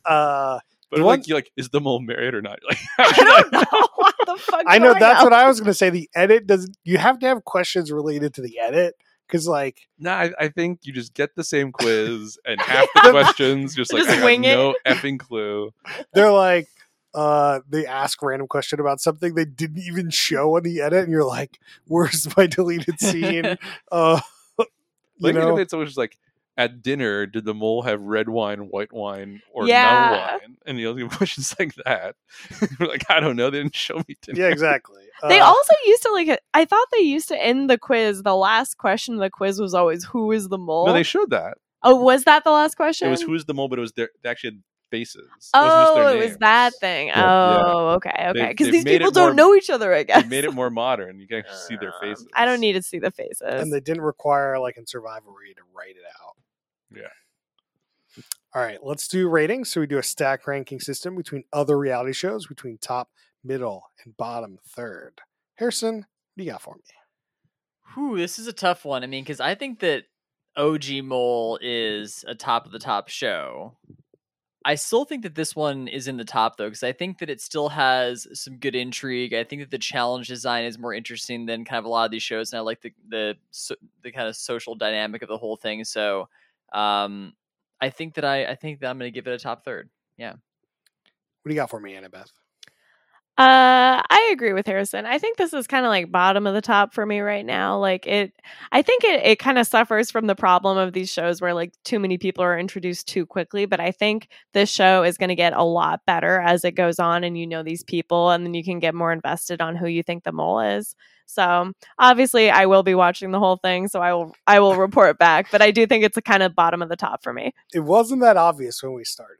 Speaker 1: uh,
Speaker 4: But
Speaker 1: One-
Speaker 4: like, you're like, is the mole married or not? Like,
Speaker 3: I don't know what the fuck.
Speaker 1: I know
Speaker 3: do
Speaker 1: that's what I was going to say. The edit does. You have to have questions related to the edit because, like,
Speaker 4: No, I, I think you just get the same quiz and half the questions just like
Speaker 3: Just
Speaker 4: I got
Speaker 3: wing it.
Speaker 4: no effing clue.
Speaker 1: they're like, uh, they ask random question about something they didn't even show on the edit, and you're like, "Where's my deleted scene?" uh, you
Speaker 4: Like even
Speaker 1: know,
Speaker 4: if it's always like at dinner, did the mole have red wine, white wine, or
Speaker 3: Yeah.
Speaker 4: no wine? And you know questions like that. We're like, I don't know, they didn't show me dinner.
Speaker 1: yeah, exactly.
Speaker 3: They
Speaker 1: Uh,
Speaker 3: also used to like. I thought they used to end the quiz. The last question of the quiz was always "Who is the mole?"
Speaker 4: No, they showed that.
Speaker 3: oh, was that the last question?
Speaker 4: It was who's the mole, but it was their they actually had faces. It wasn't just
Speaker 3: Oh,
Speaker 4: their
Speaker 3: it was
Speaker 4: names.
Speaker 3: that thing.
Speaker 4: Yeah.
Speaker 3: Oh, okay, okay.
Speaker 4: They've-
Speaker 3: Because
Speaker 4: they've
Speaker 3: these
Speaker 4: made
Speaker 3: people
Speaker 4: it
Speaker 3: don't
Speaker 4: more-
Speaker 3: know each other, I guess. Um,
Speaker 4: They made it more modern. You can actually see their faces.
Speaker 3: I don't need to see the faces.
Speaker 1: and they didn't require like in Survivor where you had to write it out.
Speaker 4: Yeah.
Speaker 1: All right, let's do ratings. So we do a stack ranking system between other reality shows, between top, middle, and bottom third. Harrison, what do you got for me?
Speaker 2: Whew, this is a tough one. I mean, because I think that OG Mole is a top of the top show. I still think that this one is in the top though, because I think that it still has some good intrigue. I think that the challenge design is more interesting than kind of a lot of these shows, and I like the the so, the kind of social dynamic of the whole thing. So, um, I think that I I think that I'm going to give it a top third.
Speaker 1: What do you got for me, Annabeth?
Speaker 3: Uh, I agree with Harrison. I think this is kind of like bottom of the top for me right now. Like it, I think it, it kind of suffers from the problem of these shows where like too many people are introduced too quickly. But I think this show is going to get a lot better as it goes on, and you know these people, and then you can get more invested on who you think the mole is. So obviously, I will be watching the whole thing, so I will I will report back. But I do think it's a kind of bottom of the top for me.
Speaker 1: It wasn't that obvious when we started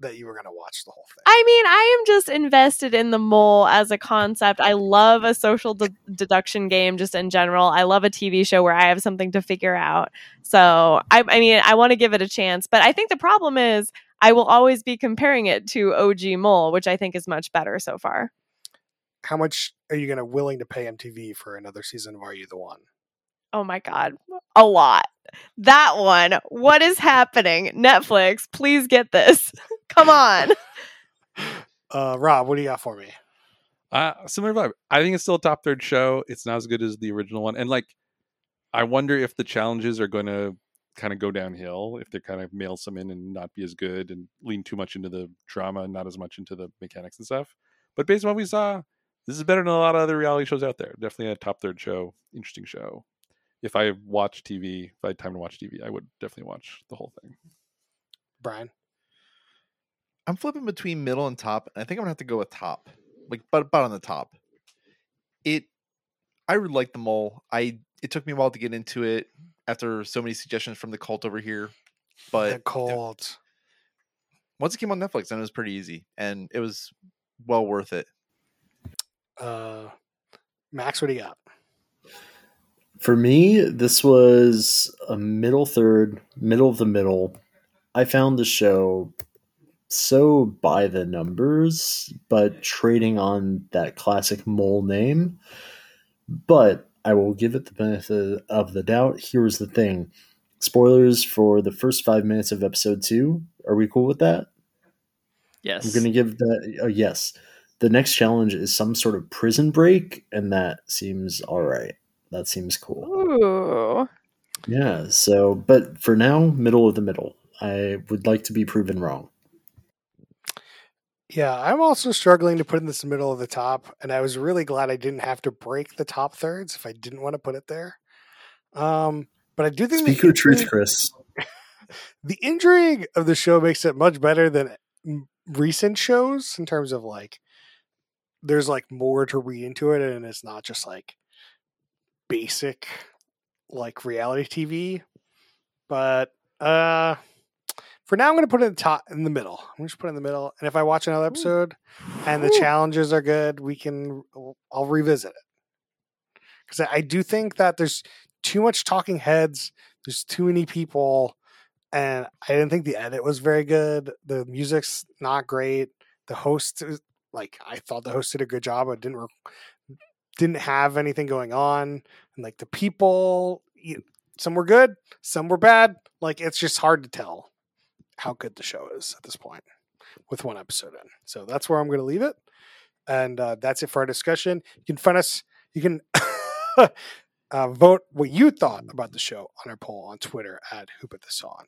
Speaker 1: that you were going to watch the whole thing.
Speaker 3: I mean, I am just invested in the mole as a concept. I love a social de- deduction game just in general. I love a TV show where I have something to figure out. So, I, I mean, I want to give it a chance, but I think the problem is I will always be comparing it to OG Mole, which I think is much better so far.
Speaker 1: How much are you going to willing to pay MTV for another season of Are You the One?
Speaker 3: Oh my God, a lot. That one. What is happening? Netflix, please get this. Come on.
Speaker 1: Uh, Rob, what do you got for me?
Speaker 4: Uh, similar vibe. I think it's still a top third show. It's not as good as the original one, and like, I wonder if the challenges are going to kind of go downhill if they kind of mail some in and not be as good and lean too much into the drama and not as much into the mechanics and stuff. But based on what we saw, this is better than a lot of other reality shows out there. Definitely a top third show. Interesting show. If I watch TV, if I had time to watch TV, I would definitely watch the whole thing.
Speaker 1: Brian?
Speaker 5: I'm flipping between middle and top, and I think I'm gonna have to go with top, like but about on the top. It, I really like the mole. I it took me a while to get into it after so many suggestions from the cult over here, but
Speaker 1: the cold.
Speaker 5: once it came on Netflix, then it was pretty easy, and it was well worth it.
Speaker 1: Uh, Max, what do you got?
Speaker 6: For me, this was a middle third, middle of the middle. I found the show so by the numbers, but trading on that classic mole name. But I will give it the benefit of the doubt. Here is the thing spoilers for the first five minutes of episode two. Are we cool with that?
Speaker 2: Yes.
Speaker 6: I'm going to give that a yes. The next challenge is some sort of prison break, and that seems all right. That seems cool.
Speaker 3: Ooh.
Speaker 6: Yeah. So, but for now, middle of the middle. I would like to be proven wrong.
Speaker 1: Yeah, I'm also struggling to put in this middle of the top, and I was really glad I didn't have to break the top thirds if I didn't want to put it there. Um, but I do think the
Speaker 6: Speak your truth,
Speaker 1: intrigue-
Speaker 6: Chris.
Speaker 1: the intrigue of the show makes it much better than m- recent shows in terms of like there's like more to read into it and it's not just like basic like reality tv but uh for now i'm gonna put it in the top in the middle i'm just put it in the middle and if i watch another episode and the
Speaker 3: Ooh.
Speaker 1: challenges are good we can i'll revisit it because I, I do think that there's too much talking heads there's too many people and I didn't think the edit was very good. The music's not great. The host, is- like I thought, the host did a good job, but didn't re- didn't have anything going on. And like the people, you- some were good, some were bad. Like it's just hard to tell how good the show is at this point with one episode in. So that's where I'm going to leave it, and uh, that's it for our discussion. You can find us. You can. Uh, vote what you thought about the show on our poll on Twitter at Who Put This On.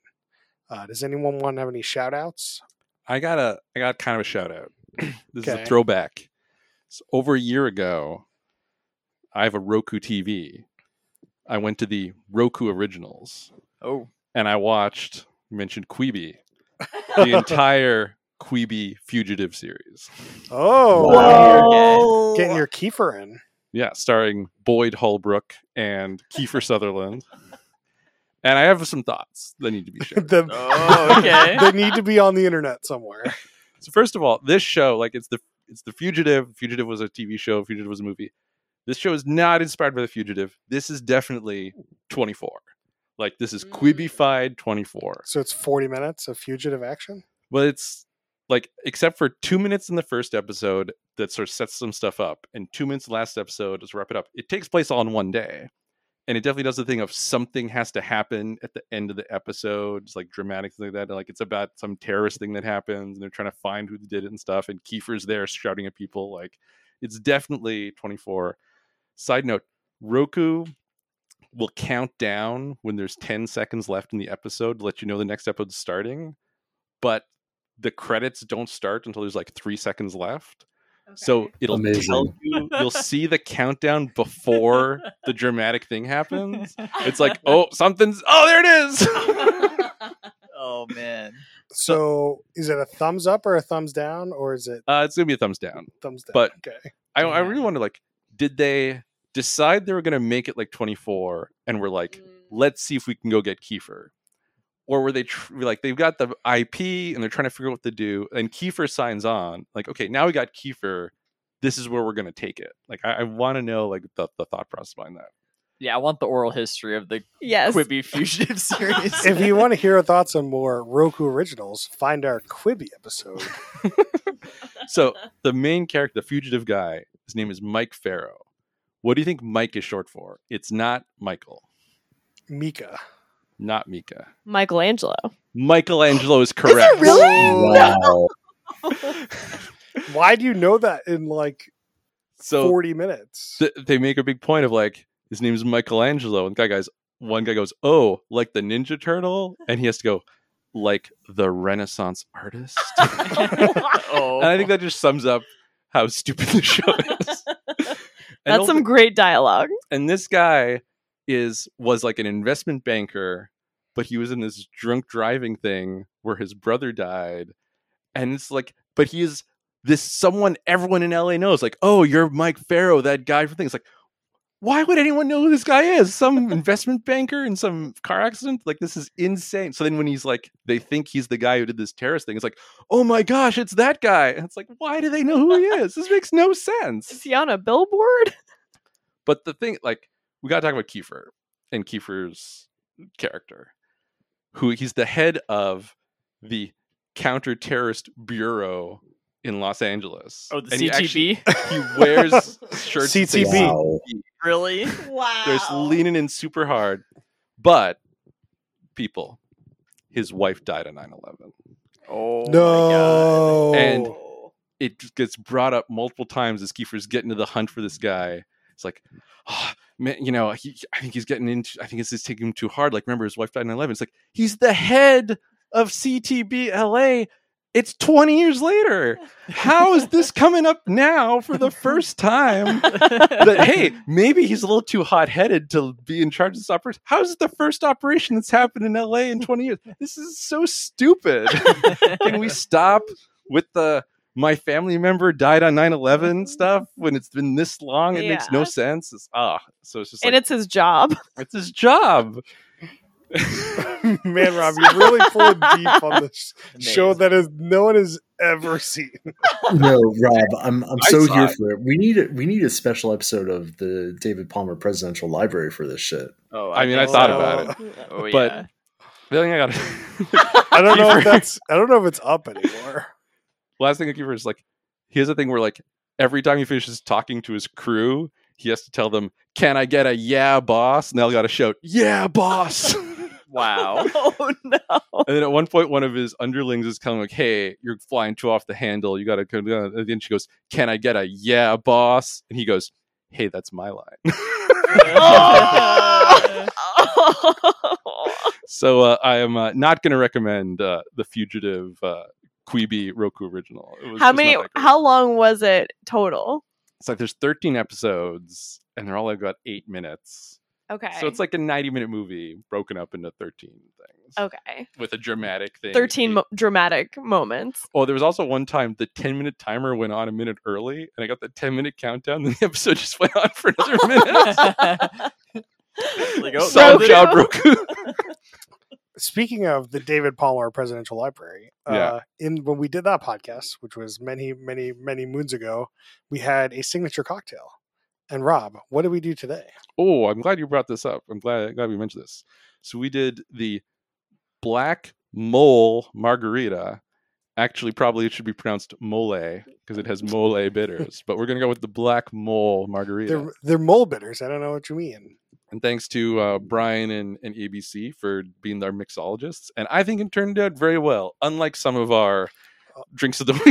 Speaker 1: Uh, does anyone want to have any shout outs?
Speaker 4: I got a I got kind of a shout out. this is
Speaker 1: Okay.
Speaker 4: a throwback. So over a year ago, I have a Roku TV. I went to the Roku Originals
Speaker 2: oh,
Speaker 4: and I watched you mentioned Queeby, the entire Queeby Fugitive series.
Speaker 1: Oh,
Speaker 6: Wow.
Speaker 2: Whoa.
Speaker 1: getting your Kiefer in.
Speaker 4: Yeah, starring Boyd Holbrook and Kiefer Sutherland. And I have some thoughts that need to be shared.
Speaker 1: the,
Speaker 2: Oh, okay.
Speaker 1: they need to be on the internet somewhere.
Speaker 4: So first of all, this show, like it's the it's the Fugitive. Fugitive was a TV show. Fugitive was a movie. This show is not inspired by the Fugitive. This is definitely 24. Like this is
Speaker 2: Mm.
Speaker 4: Quibified 24.
Speaker 1: So it's 40 minutes of fugitive action.
Speaker 4: But it's like except for two minutes in the first episode that sort of sets some stuff up, and two minutes in the last episode to wrap it up. It takes place all in one day. And it definitely does the thing of something has to happen at the end of the episode. It's like dramatic things like that. and, like it's about some terrorist thing that happens, and they're trying to find who did it and stuff. And Kiefer's there shouting at people. Like it's definitely 24. Side note, Roku will count down when there's 10 seconds left in the episode to let you know the next episode's starting. But the credits don't start until there's like three seconds left. So it'll tell
Speaker 6: Amazing.
Speaker 4: you you'll see the countdown before the dramatic thing happens. It's like, oh, something's oh there it is.
Speaker 2: oh man.
Speaker 1: So is it a thumbs up or a thumbs down, or is it
Speaker 4: uh, it's gonna be a thumbs down.
Speaker 1: thumbs down?
Speaker 4: But-
Speaker 1: okay.
Speaker 4: I, I
Speaker 2: Yeah.
Speaker 4: really wonder like, did they decide they were gonna make it like 24 and were like, let's see if we can go get Kiefer. Or were they tr- like they've got the IP and they're trying to figure out what to do, and Kiefer signs on like, okay, now we got Kiefer. This is where we're gonna take it. Like, I, I want to know like the, the thought process behind that.
Speaker 2: Yeah, I want the oral history of the
Speaker 3: Yes.
Speaker 2: Quibi Fugitive series.
Speaker 1: If you want to hear our thoughts on more Roku originals, find our Quibi episode.
Speaker 4: So the main character, the fugitive guy, his name is Mike Farrow. What do you think Mike is short for? It's not Michael,
Speaker 1: Mika.
Speaker 4: not Mika.
Speaker 3: Michelangelo.
Speaker 4: Michelangelo is correct.
Speaker 3: really?
Speaker 6: Wow.
Speaker 1: Why do you know that in like
Speaker 4: So
Speaker 1: 40 minutes?
Speaker 4: th- they make a big point of like his name is Michelangelo, and the guy guys one guy goes, "Oh, like the Ninja Turtle," and he has to go, "Like the Renaissance artist."
Speaker 2: oh.
Speaker 4: and I think that just sums up how stupid the show is. And
Speaker 3: That's some great dialogue.
Speaker 4: and this guy is was like an investment banker but he was in this drunk driving thing where his brother died and it's like but he is this someone everyone in LA knows like oh you're Mike Farrow that guy from things like why would anyone know who this guy is some investment banker in some car accident like this is insane so then when he's like they think he's the guy who did this terrorist thing it's like oh my gosh it's that guy and it's like why do they know who he is this makes no sense
Speaker 3: Is he on a billboard?
Speaker 4: but the thing, like, we gotta talk about Kiefer and Kiefer's character, who he's the head of the counter-terrorist bureau in Los Angeles.
Speaker 2: Oh, the
Speaker 4: And He, actually-
Speaker 2: CTB.
Speaker 4: he wears shirts. that say
Speaker 1: CTB.
Speaker 6: Wow.
Speaker 2: really?
Speaker 3: Wow.
Speaker 4: They're just leaning in super hard. But people, his wife died on 9/11.
Speaker 5: Oh
Speaker 1: no.
Speaker 4: And- It just gets brought up multiple times as Kiefer's getting to the hunt for this guy. It's like, oh, man, you know, he, I think he's getting into. I think it's just taking him too hard. Like, remember his wife died on 9/11. It's like he's the head of CTB LA. It's 20 years later. How is this coming up now for the first time? that hey, maybe he's a little too hot-headed to be in charge of this operation. How is it the first operation that's happened in LA in 20 years? This is so stupid. Can we stop with the my family member died on 9/11 stuff when it's been this long? It makes no
Speaker 3: Mm-hmm. Yeah.
Speaker 4: sense. It's ah, so it's just
Speaker 3: and
Speaker 4: like,
Speaker 3: it's his job.
Speaker 4: it's his job.
Speaker 1: Man, Rob, you're really pulling deep on this show that is no one has ever seen.
Speaker 6: no, Rob, I'm I'm
Speaker 4: I
Speaker 6: so
Speaker 4: saw
Speaker 6: here
Speaker 4: it.
Speaker 6: for it. We need a, we need a special episode of the David Palmer Presidential Library for this shit.
Speaker 2: oh,
Speaker 4: I mean, I
Speaker 2: think
Speaker 4: thought
Speaker 2: so.
Speaker 4: about it.
Speaker 2: Oh,
Speaker 4: but-
Speaker 2: yeah.
Speaker 4: The thing I got.
Speaker 1: I don't know
Speaker 4: Kiefer.
Speaker 1: if that's I don't know if it's up anymore.
Speaker 4: last thing I give her is like, here's the thing where like every time he finishes talking to his crew, he has to tell them, "Can I get a yeah, boss?" And they'll got to shout, "Yeah, boss!" and
Speaker 2: wow.
Speaker 3: Oh no.
Speaker 4: then at one point, one of his underlings is kind of like, "Hey, you're flying too off the handle. You got to come down." And then she goes, "Can I get a yeah, boss?" And he goes, "Hey, that's my line." so uh, I am uh, not going to recommend uh, the fugitive. Uh, Quibi Roku original. It was
Speaker 3: how
Speaker 4: just not
Speaker 3: many?
Speaker 4: that great.
Speaker 3: How long was it total?
Speaker 4: It's like there's 13 episodes, and they're all like about eight minutes.
Speaker 3: Okay.
Speaker 4: So it's like a 90 minute movie broken up into 13 things
Speaker 3: okay,
Speaker 4: with a dramatic thing.
Speaker 3: thirteen
Speaker 4: Eight-
Speaker 3: mo- dramatic moments.
Speaker 4: Oh, there was also one time the 10 minute timer went on a minute early, and I got the 10 minute countdown, and the episode just went on for another minute.
Speaker 2: Like, oh,
Speaker 4: so
Speaker 3: Roku.
Speaker 4: job, Roku.
Speaker 1: Speaking of the David Palmer Presidential Library, uh, in when we did that podcast, which was many, many, many moons ago, we had a signature cocktail. And Rob, what did we do today?
Speaker 4: oh, I'm glad you brought this up. I'm glad, glad we mentioned this. So we did the Black Mole Margarita. Actually, probably it should be pronounced mole because it has mole bitters, but we're going to go with the Black Mole Margarita.
Speaker 1: They're they're mole bitters. I don't know what you mean.
Speaker 4: And thanks to uh, Brian and, and ABC for being our mixologists. And I think it turned out very well, unlike some of our drinks of the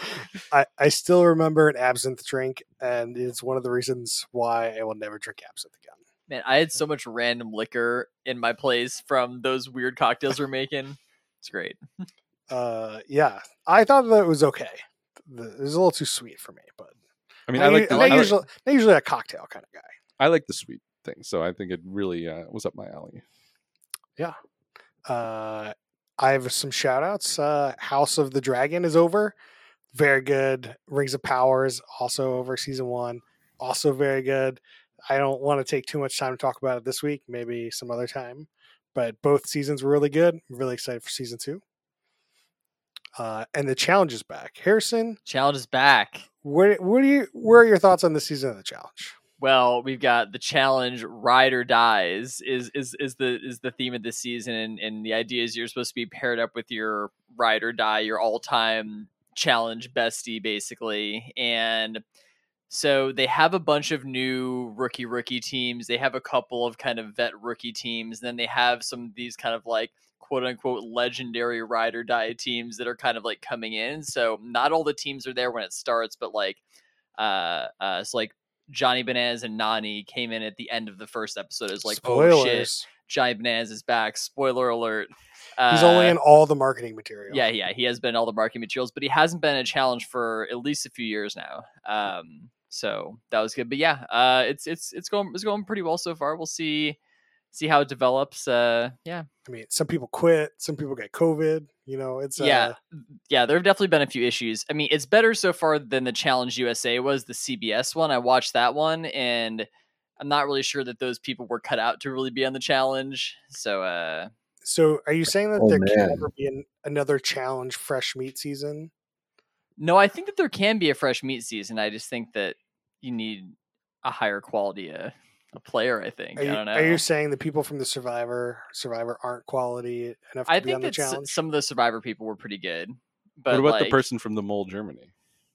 Speaker 4: week.
Speaker 1: I, I still remember an absinthe drink, and it's one of the reasons why I will never drink absinthe again.
Speaker 2: Man, I had so much random liquor in my place from those weird cocktails we're making. It's great.
Speaker 1: Uh, yeah, I thought that it was okay. The, it was a little too sweet for me, but
Speaker 4: I mean, I like, the,
Speaker 1: am
Speaker 4: I, like,
Speaker 1: usually, I'm usually a cocktail kind of guy.
Speaker 4: I like the sweet thing. So I think it really uh, was up my alley.
Speaker 1: Uh, I have some shout outs. Uh, House of the Dragon is over. Very good. Rings of Power is also over season one. Also very good. I don't want to take too much time to talk about it this week, maybe some other time. But both seasons were really good. I'm really excited for season two. Uh, and the challenge is back. Harrison,
Speaker 2: Challenge is back.
Speaker 1: what, what do you? Where are your thoughts on this season of the challenge?
Speaker 2: Well, we've got the challenge ride or dies is is is the is the theme of this season and, and the idea is you're supposed to be paired up with your ride or die, your all time challenge bestie basically. And so they have a bunch of new rookie rookie teams. They have a couple of kind of vet rookie teams, and then they have some of these kind of like quote unquote legendary ride or die teams that are kind of like coming in. So not all the teams are there when it starts, but like uh uh so like Johnny Bananas and Nani came in at the end of the first episode. It's like, oh shit,
Speaker 1: Spoilers.
Speaker 2: Johnny Bananas is back. Spoiler alert.
Speaker 1: He's only
Speaker 2: Uh,
Speaker 1: in all the marketing material.
Speaker 2: yeah, yeah, he has been all the marketing materials, but he hasn't been a challenge for at least a few years now. Um, so that was good. But yeah, uh, it's it's it's going it's going pretty well so far. We'll see see how it develops. Uh, yeah,
Speaker 1: I mean, some people quit. Some people get COVID. You know, it's
Speaker 2: yeah,
Speaker 1: Uh,
Speaker 2: yeah. There have definitely been a few issues. I mean, it's better so far than the Challenge USA was the CBS one. I watched that one, and I'm not really sure that those people were cut out to really be on the challenge. So uh,
Speaker 1: So are you saying that
Speaker 6: Oh,
Speaker 1: there can
Speaker 6: man.
Speaker 1: never be an, another challenge fresh meat season?
Speaker 2: No, I think that there can be a fresh meat season. I just think that you need a higher quality of a player. I think
Speaker 1: Are you,
Speaker 2: I don't know.
Speaker 1: are you saying the people from the Survivor Survivor aren't quality enough to
Speaker 2: I
Speaker 1: be
Speaker 2: think
Speaker 1: on the
Speaker 2: that s-
Speaker 1: challenge?
Speaker 2: some of the Survivor people were pretty good. But
Speaker 4: what about the
Speaker 2: like,
Speaker 4: person from the mole Germany?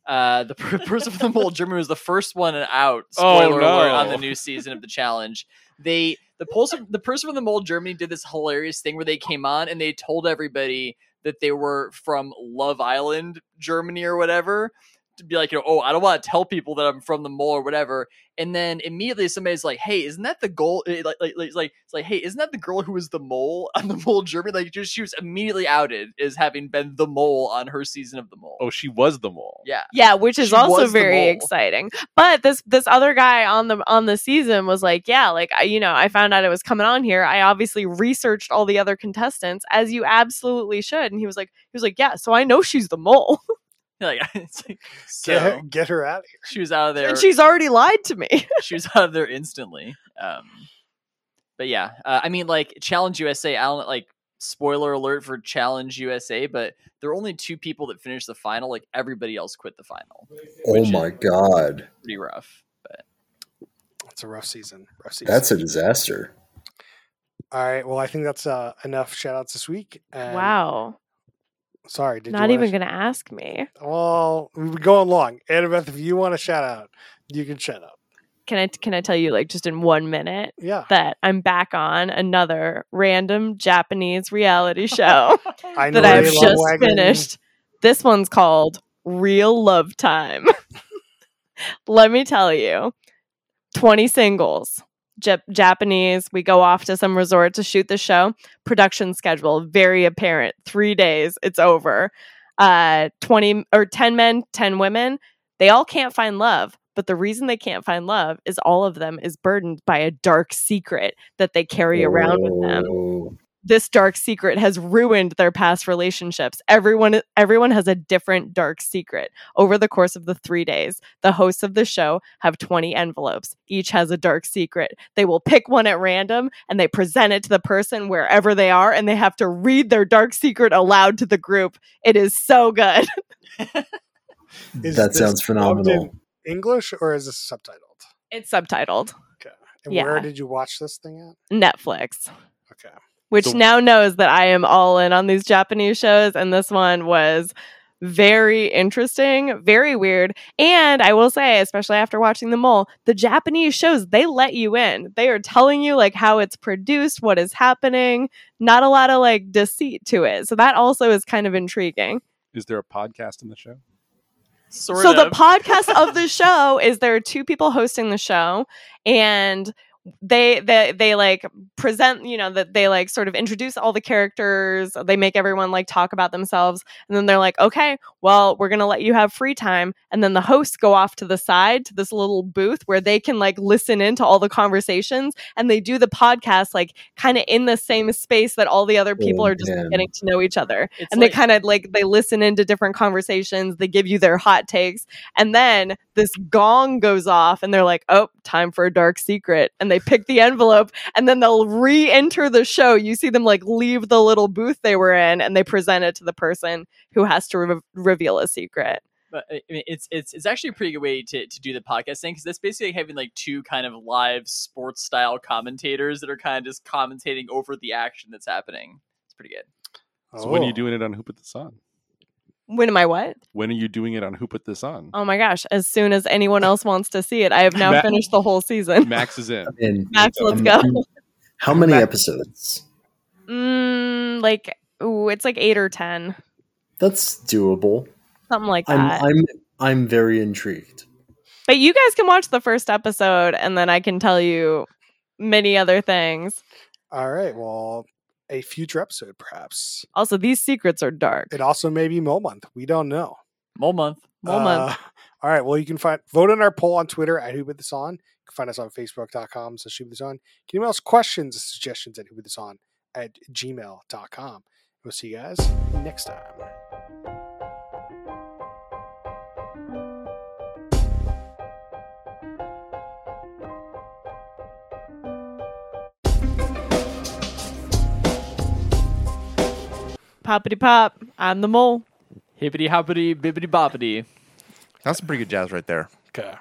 Speaker 2: Uh, the per- person from the mole German was the first one out.
Speaker 4: Oh,
Speaker 2: Spoiler alert on
Speaker 4: no.
Speaker 2: the new season of the challenge. They the pulse the person from the mole Germany did this hilarious thing where they came on and they told everybody that they were from Love Island, Germany or whatever. To be like, you know, oh, I don't want to tell people that I'm from the mole or whatever. And then immediately somebody's like, hey, isn't that the goal? eh, Like, like, like, it's like, it's like, hey, isn't that the girl who was the mole on the mole Germany? Like, just she was immediately outed as having been the mole on her season of the mole.
Speaker 4: Oh, she was the mole.
Speaker 2: yeah.
Speaker 3: Yeah, which is
Speaker 2: She
Speaker 3: also
Speaker 2: was the
Speaker 3: very
Speaker 2: mole.
Speaker 3: exciting. But this this other guy on the on the season was like, yeah, like I, you know, I found out it was coming on here. I obviously researched all the other contestants as you absolutely should. And he was like, he was like, yeah, so I know she's the mole,
Speaker 2: Like, it's like
Speaker 1: Get, her,
Speaker 2: so
Speaker 1: get her out of here.
Speaker 2: she was out of there.
Speaker 3: and she's already lied to me.
Speaker 2: she was out of there instantly. Um, but yeah, uh, I mean, like Challenge USA. I don't like spoiler alert for Challenge USA, but there are only two people that finished the final. Like everybody else quit the final.
Speaker 6: Oh
Speaker 2: Which is
Speaker 6: my god,
Speaker 2: Pretty rough.
Speaker 1: It's a rough season. Rough season.
Speaker 6: that's a disaster.
Speaker 1: All right. Well, I think that's uh, enough shout outs this week. And
Speaker 3: wow,
Speaker 1: Sorry. Did
Speaker 3: not
Speaker 1: you
Speaker 3: even
Speaker 1: wanna,
Speaker 3: gonna ask me.
Speaker 1: Well, we're going long. Annabeth, if you want to shout out, you can shut up.
Speaker 3: Can I can I tell you like just in one minute?
Speaker 1: Yeah.
Speaker 3: That I'm back on another random Japanese reality show.
Speaker 1: I know
Speaker 3: that I've
Speaker 1: they love
Speaker 3: just
Speaker 1: wagon.
Speaker 3: finished. This one's called Real Love Time. Let me tell you 20 singles. Jap- Japanese, we go off to some resort to shoot the show. Production schedule, very apparent. Three days, it's over. Uh, 20 or 10 men, 10 women. They all can't find love, but the reason they can't find love is all of them is burdened by a dark secret that they carry around with them
Speaker 6: Oh,
Speaker 3: this dark secret has ruined their past relationships. Everyone everyone has a different dark secret. Over the course of the 3 days, the hosts of the show have 20 envelopes. Each has a dark secret. They will pick one at random and they present it to the person wherever they are and they have to read their dark secret aloud to the group. It is so good.
Speaker 1: Is
Speaker 6: that
Speaker 1: this
Speaker 6: sounds
Speaker 1: dubbed
Speaker 6: phenomenal.
Speaker 1: in English or is this subtitled?
Speaker 3: It's subtitled.
Speaker 1: And
Speaker 3: Yeah.
Speaker 1: where did you watch this thing at?
Speaker 3: Netflix.
Speaker 1: Okay.
Speaker 3: which
Speaker 4: So-
Speaker 3: now knows that I am all in on these Japanese shows. And this one was very interesting, very weird. And I will say, especially after watching The Mole, the Japanese shows, they let you in. They are telling you like how it's produced, what is happening, not a lot of like deceit to it. So that also is kind of intriguing.
Speaker 4: Is there a podcast in the show?
Speaker 2: Sort
Speaker 3: so the
Speaker 2: of.
Speaker 3: podcast of the show is there are two people hosting the show and they they they like present you know that they like sort of introduce all the characters they make everyone like talk about themselves and then they're like okay well we're gonna let you have free time and then the hosts go off to the side to this little booth where they can like listen into all the conversations and they do the podcast like kind of in the same space that all the other people
Speaker 6: Oh,
Speaker 3: are just
Speaker 6: man.
Speaker 3: getting to know each other
Speaker 2: It's
Speaker 3: and
Speaker 2: like-
Speaker 3: they kind of like they listen into different conversations they give you their hot takes and then this gong goes off and they're like oh time for a dark secret and they pick the envelope and then they'll re-enter the show you see them like leave the little booth they were in and they present it to the person who has to re- reveal a secret
Speaker 2: but I mean, it's it's it's actually a pretty good way to, to do the podcast thing because that's basically having like two kind of live sports style commentators that are kind of just commentating over the action that's happening. It's pretty good.
Speaker 4: So when are you
Speaker 1: Oh.
Speaker 4: doing it on Who Put This On?
Speaker 3: when am i what
Speaker 4: When are you doing it on Who Put This On?
Speaker 3: oh my gosh as soon as anyone else wants to see it i have now
Speaker 4: Ma-
Speaker 3: finished the whole
Speaker 2: Um,
Speaker 3: season
Speaker 4: Max is in.
Speaker 6: And
Speaker 3: max let's
Speaker 6: um,
Speaker 3: go
Speaker 6: How many episodes?
Speaker 3: mm, like ooh, it's like eight or ten
Speaker 6: That's doable.
Speaker 3: something like that
Speaker 6: I'm I'm I'm very intrigued.
Speaker 3: But you guys can watch the first episode and then I can tell you many other things.
Speaker 1: All right. Well, a future episode, perhaps.
Speaker 3: Also, these secrets are dark.
Speaker 1: It also may be Mole Month. We don't know.
Speaker 2: Mole month.
Speaker 3: Mole Month.
Speaker 1: Uh, all right. Well, you can find vote on our poll on Twitter at Who Put This On. You can find us on Facebook.com slash Who Put This On. You can email us questions, suggestions at Who Put This On at gmail.com. We'll see you guys next time.
Speaker 3: Poppity pop. I'm the mole.
Speaker 2: Hippity hoppity bibbity boppity.
Speaker 5: That's some pretty good jazz right there.
Speaker 1: Okay.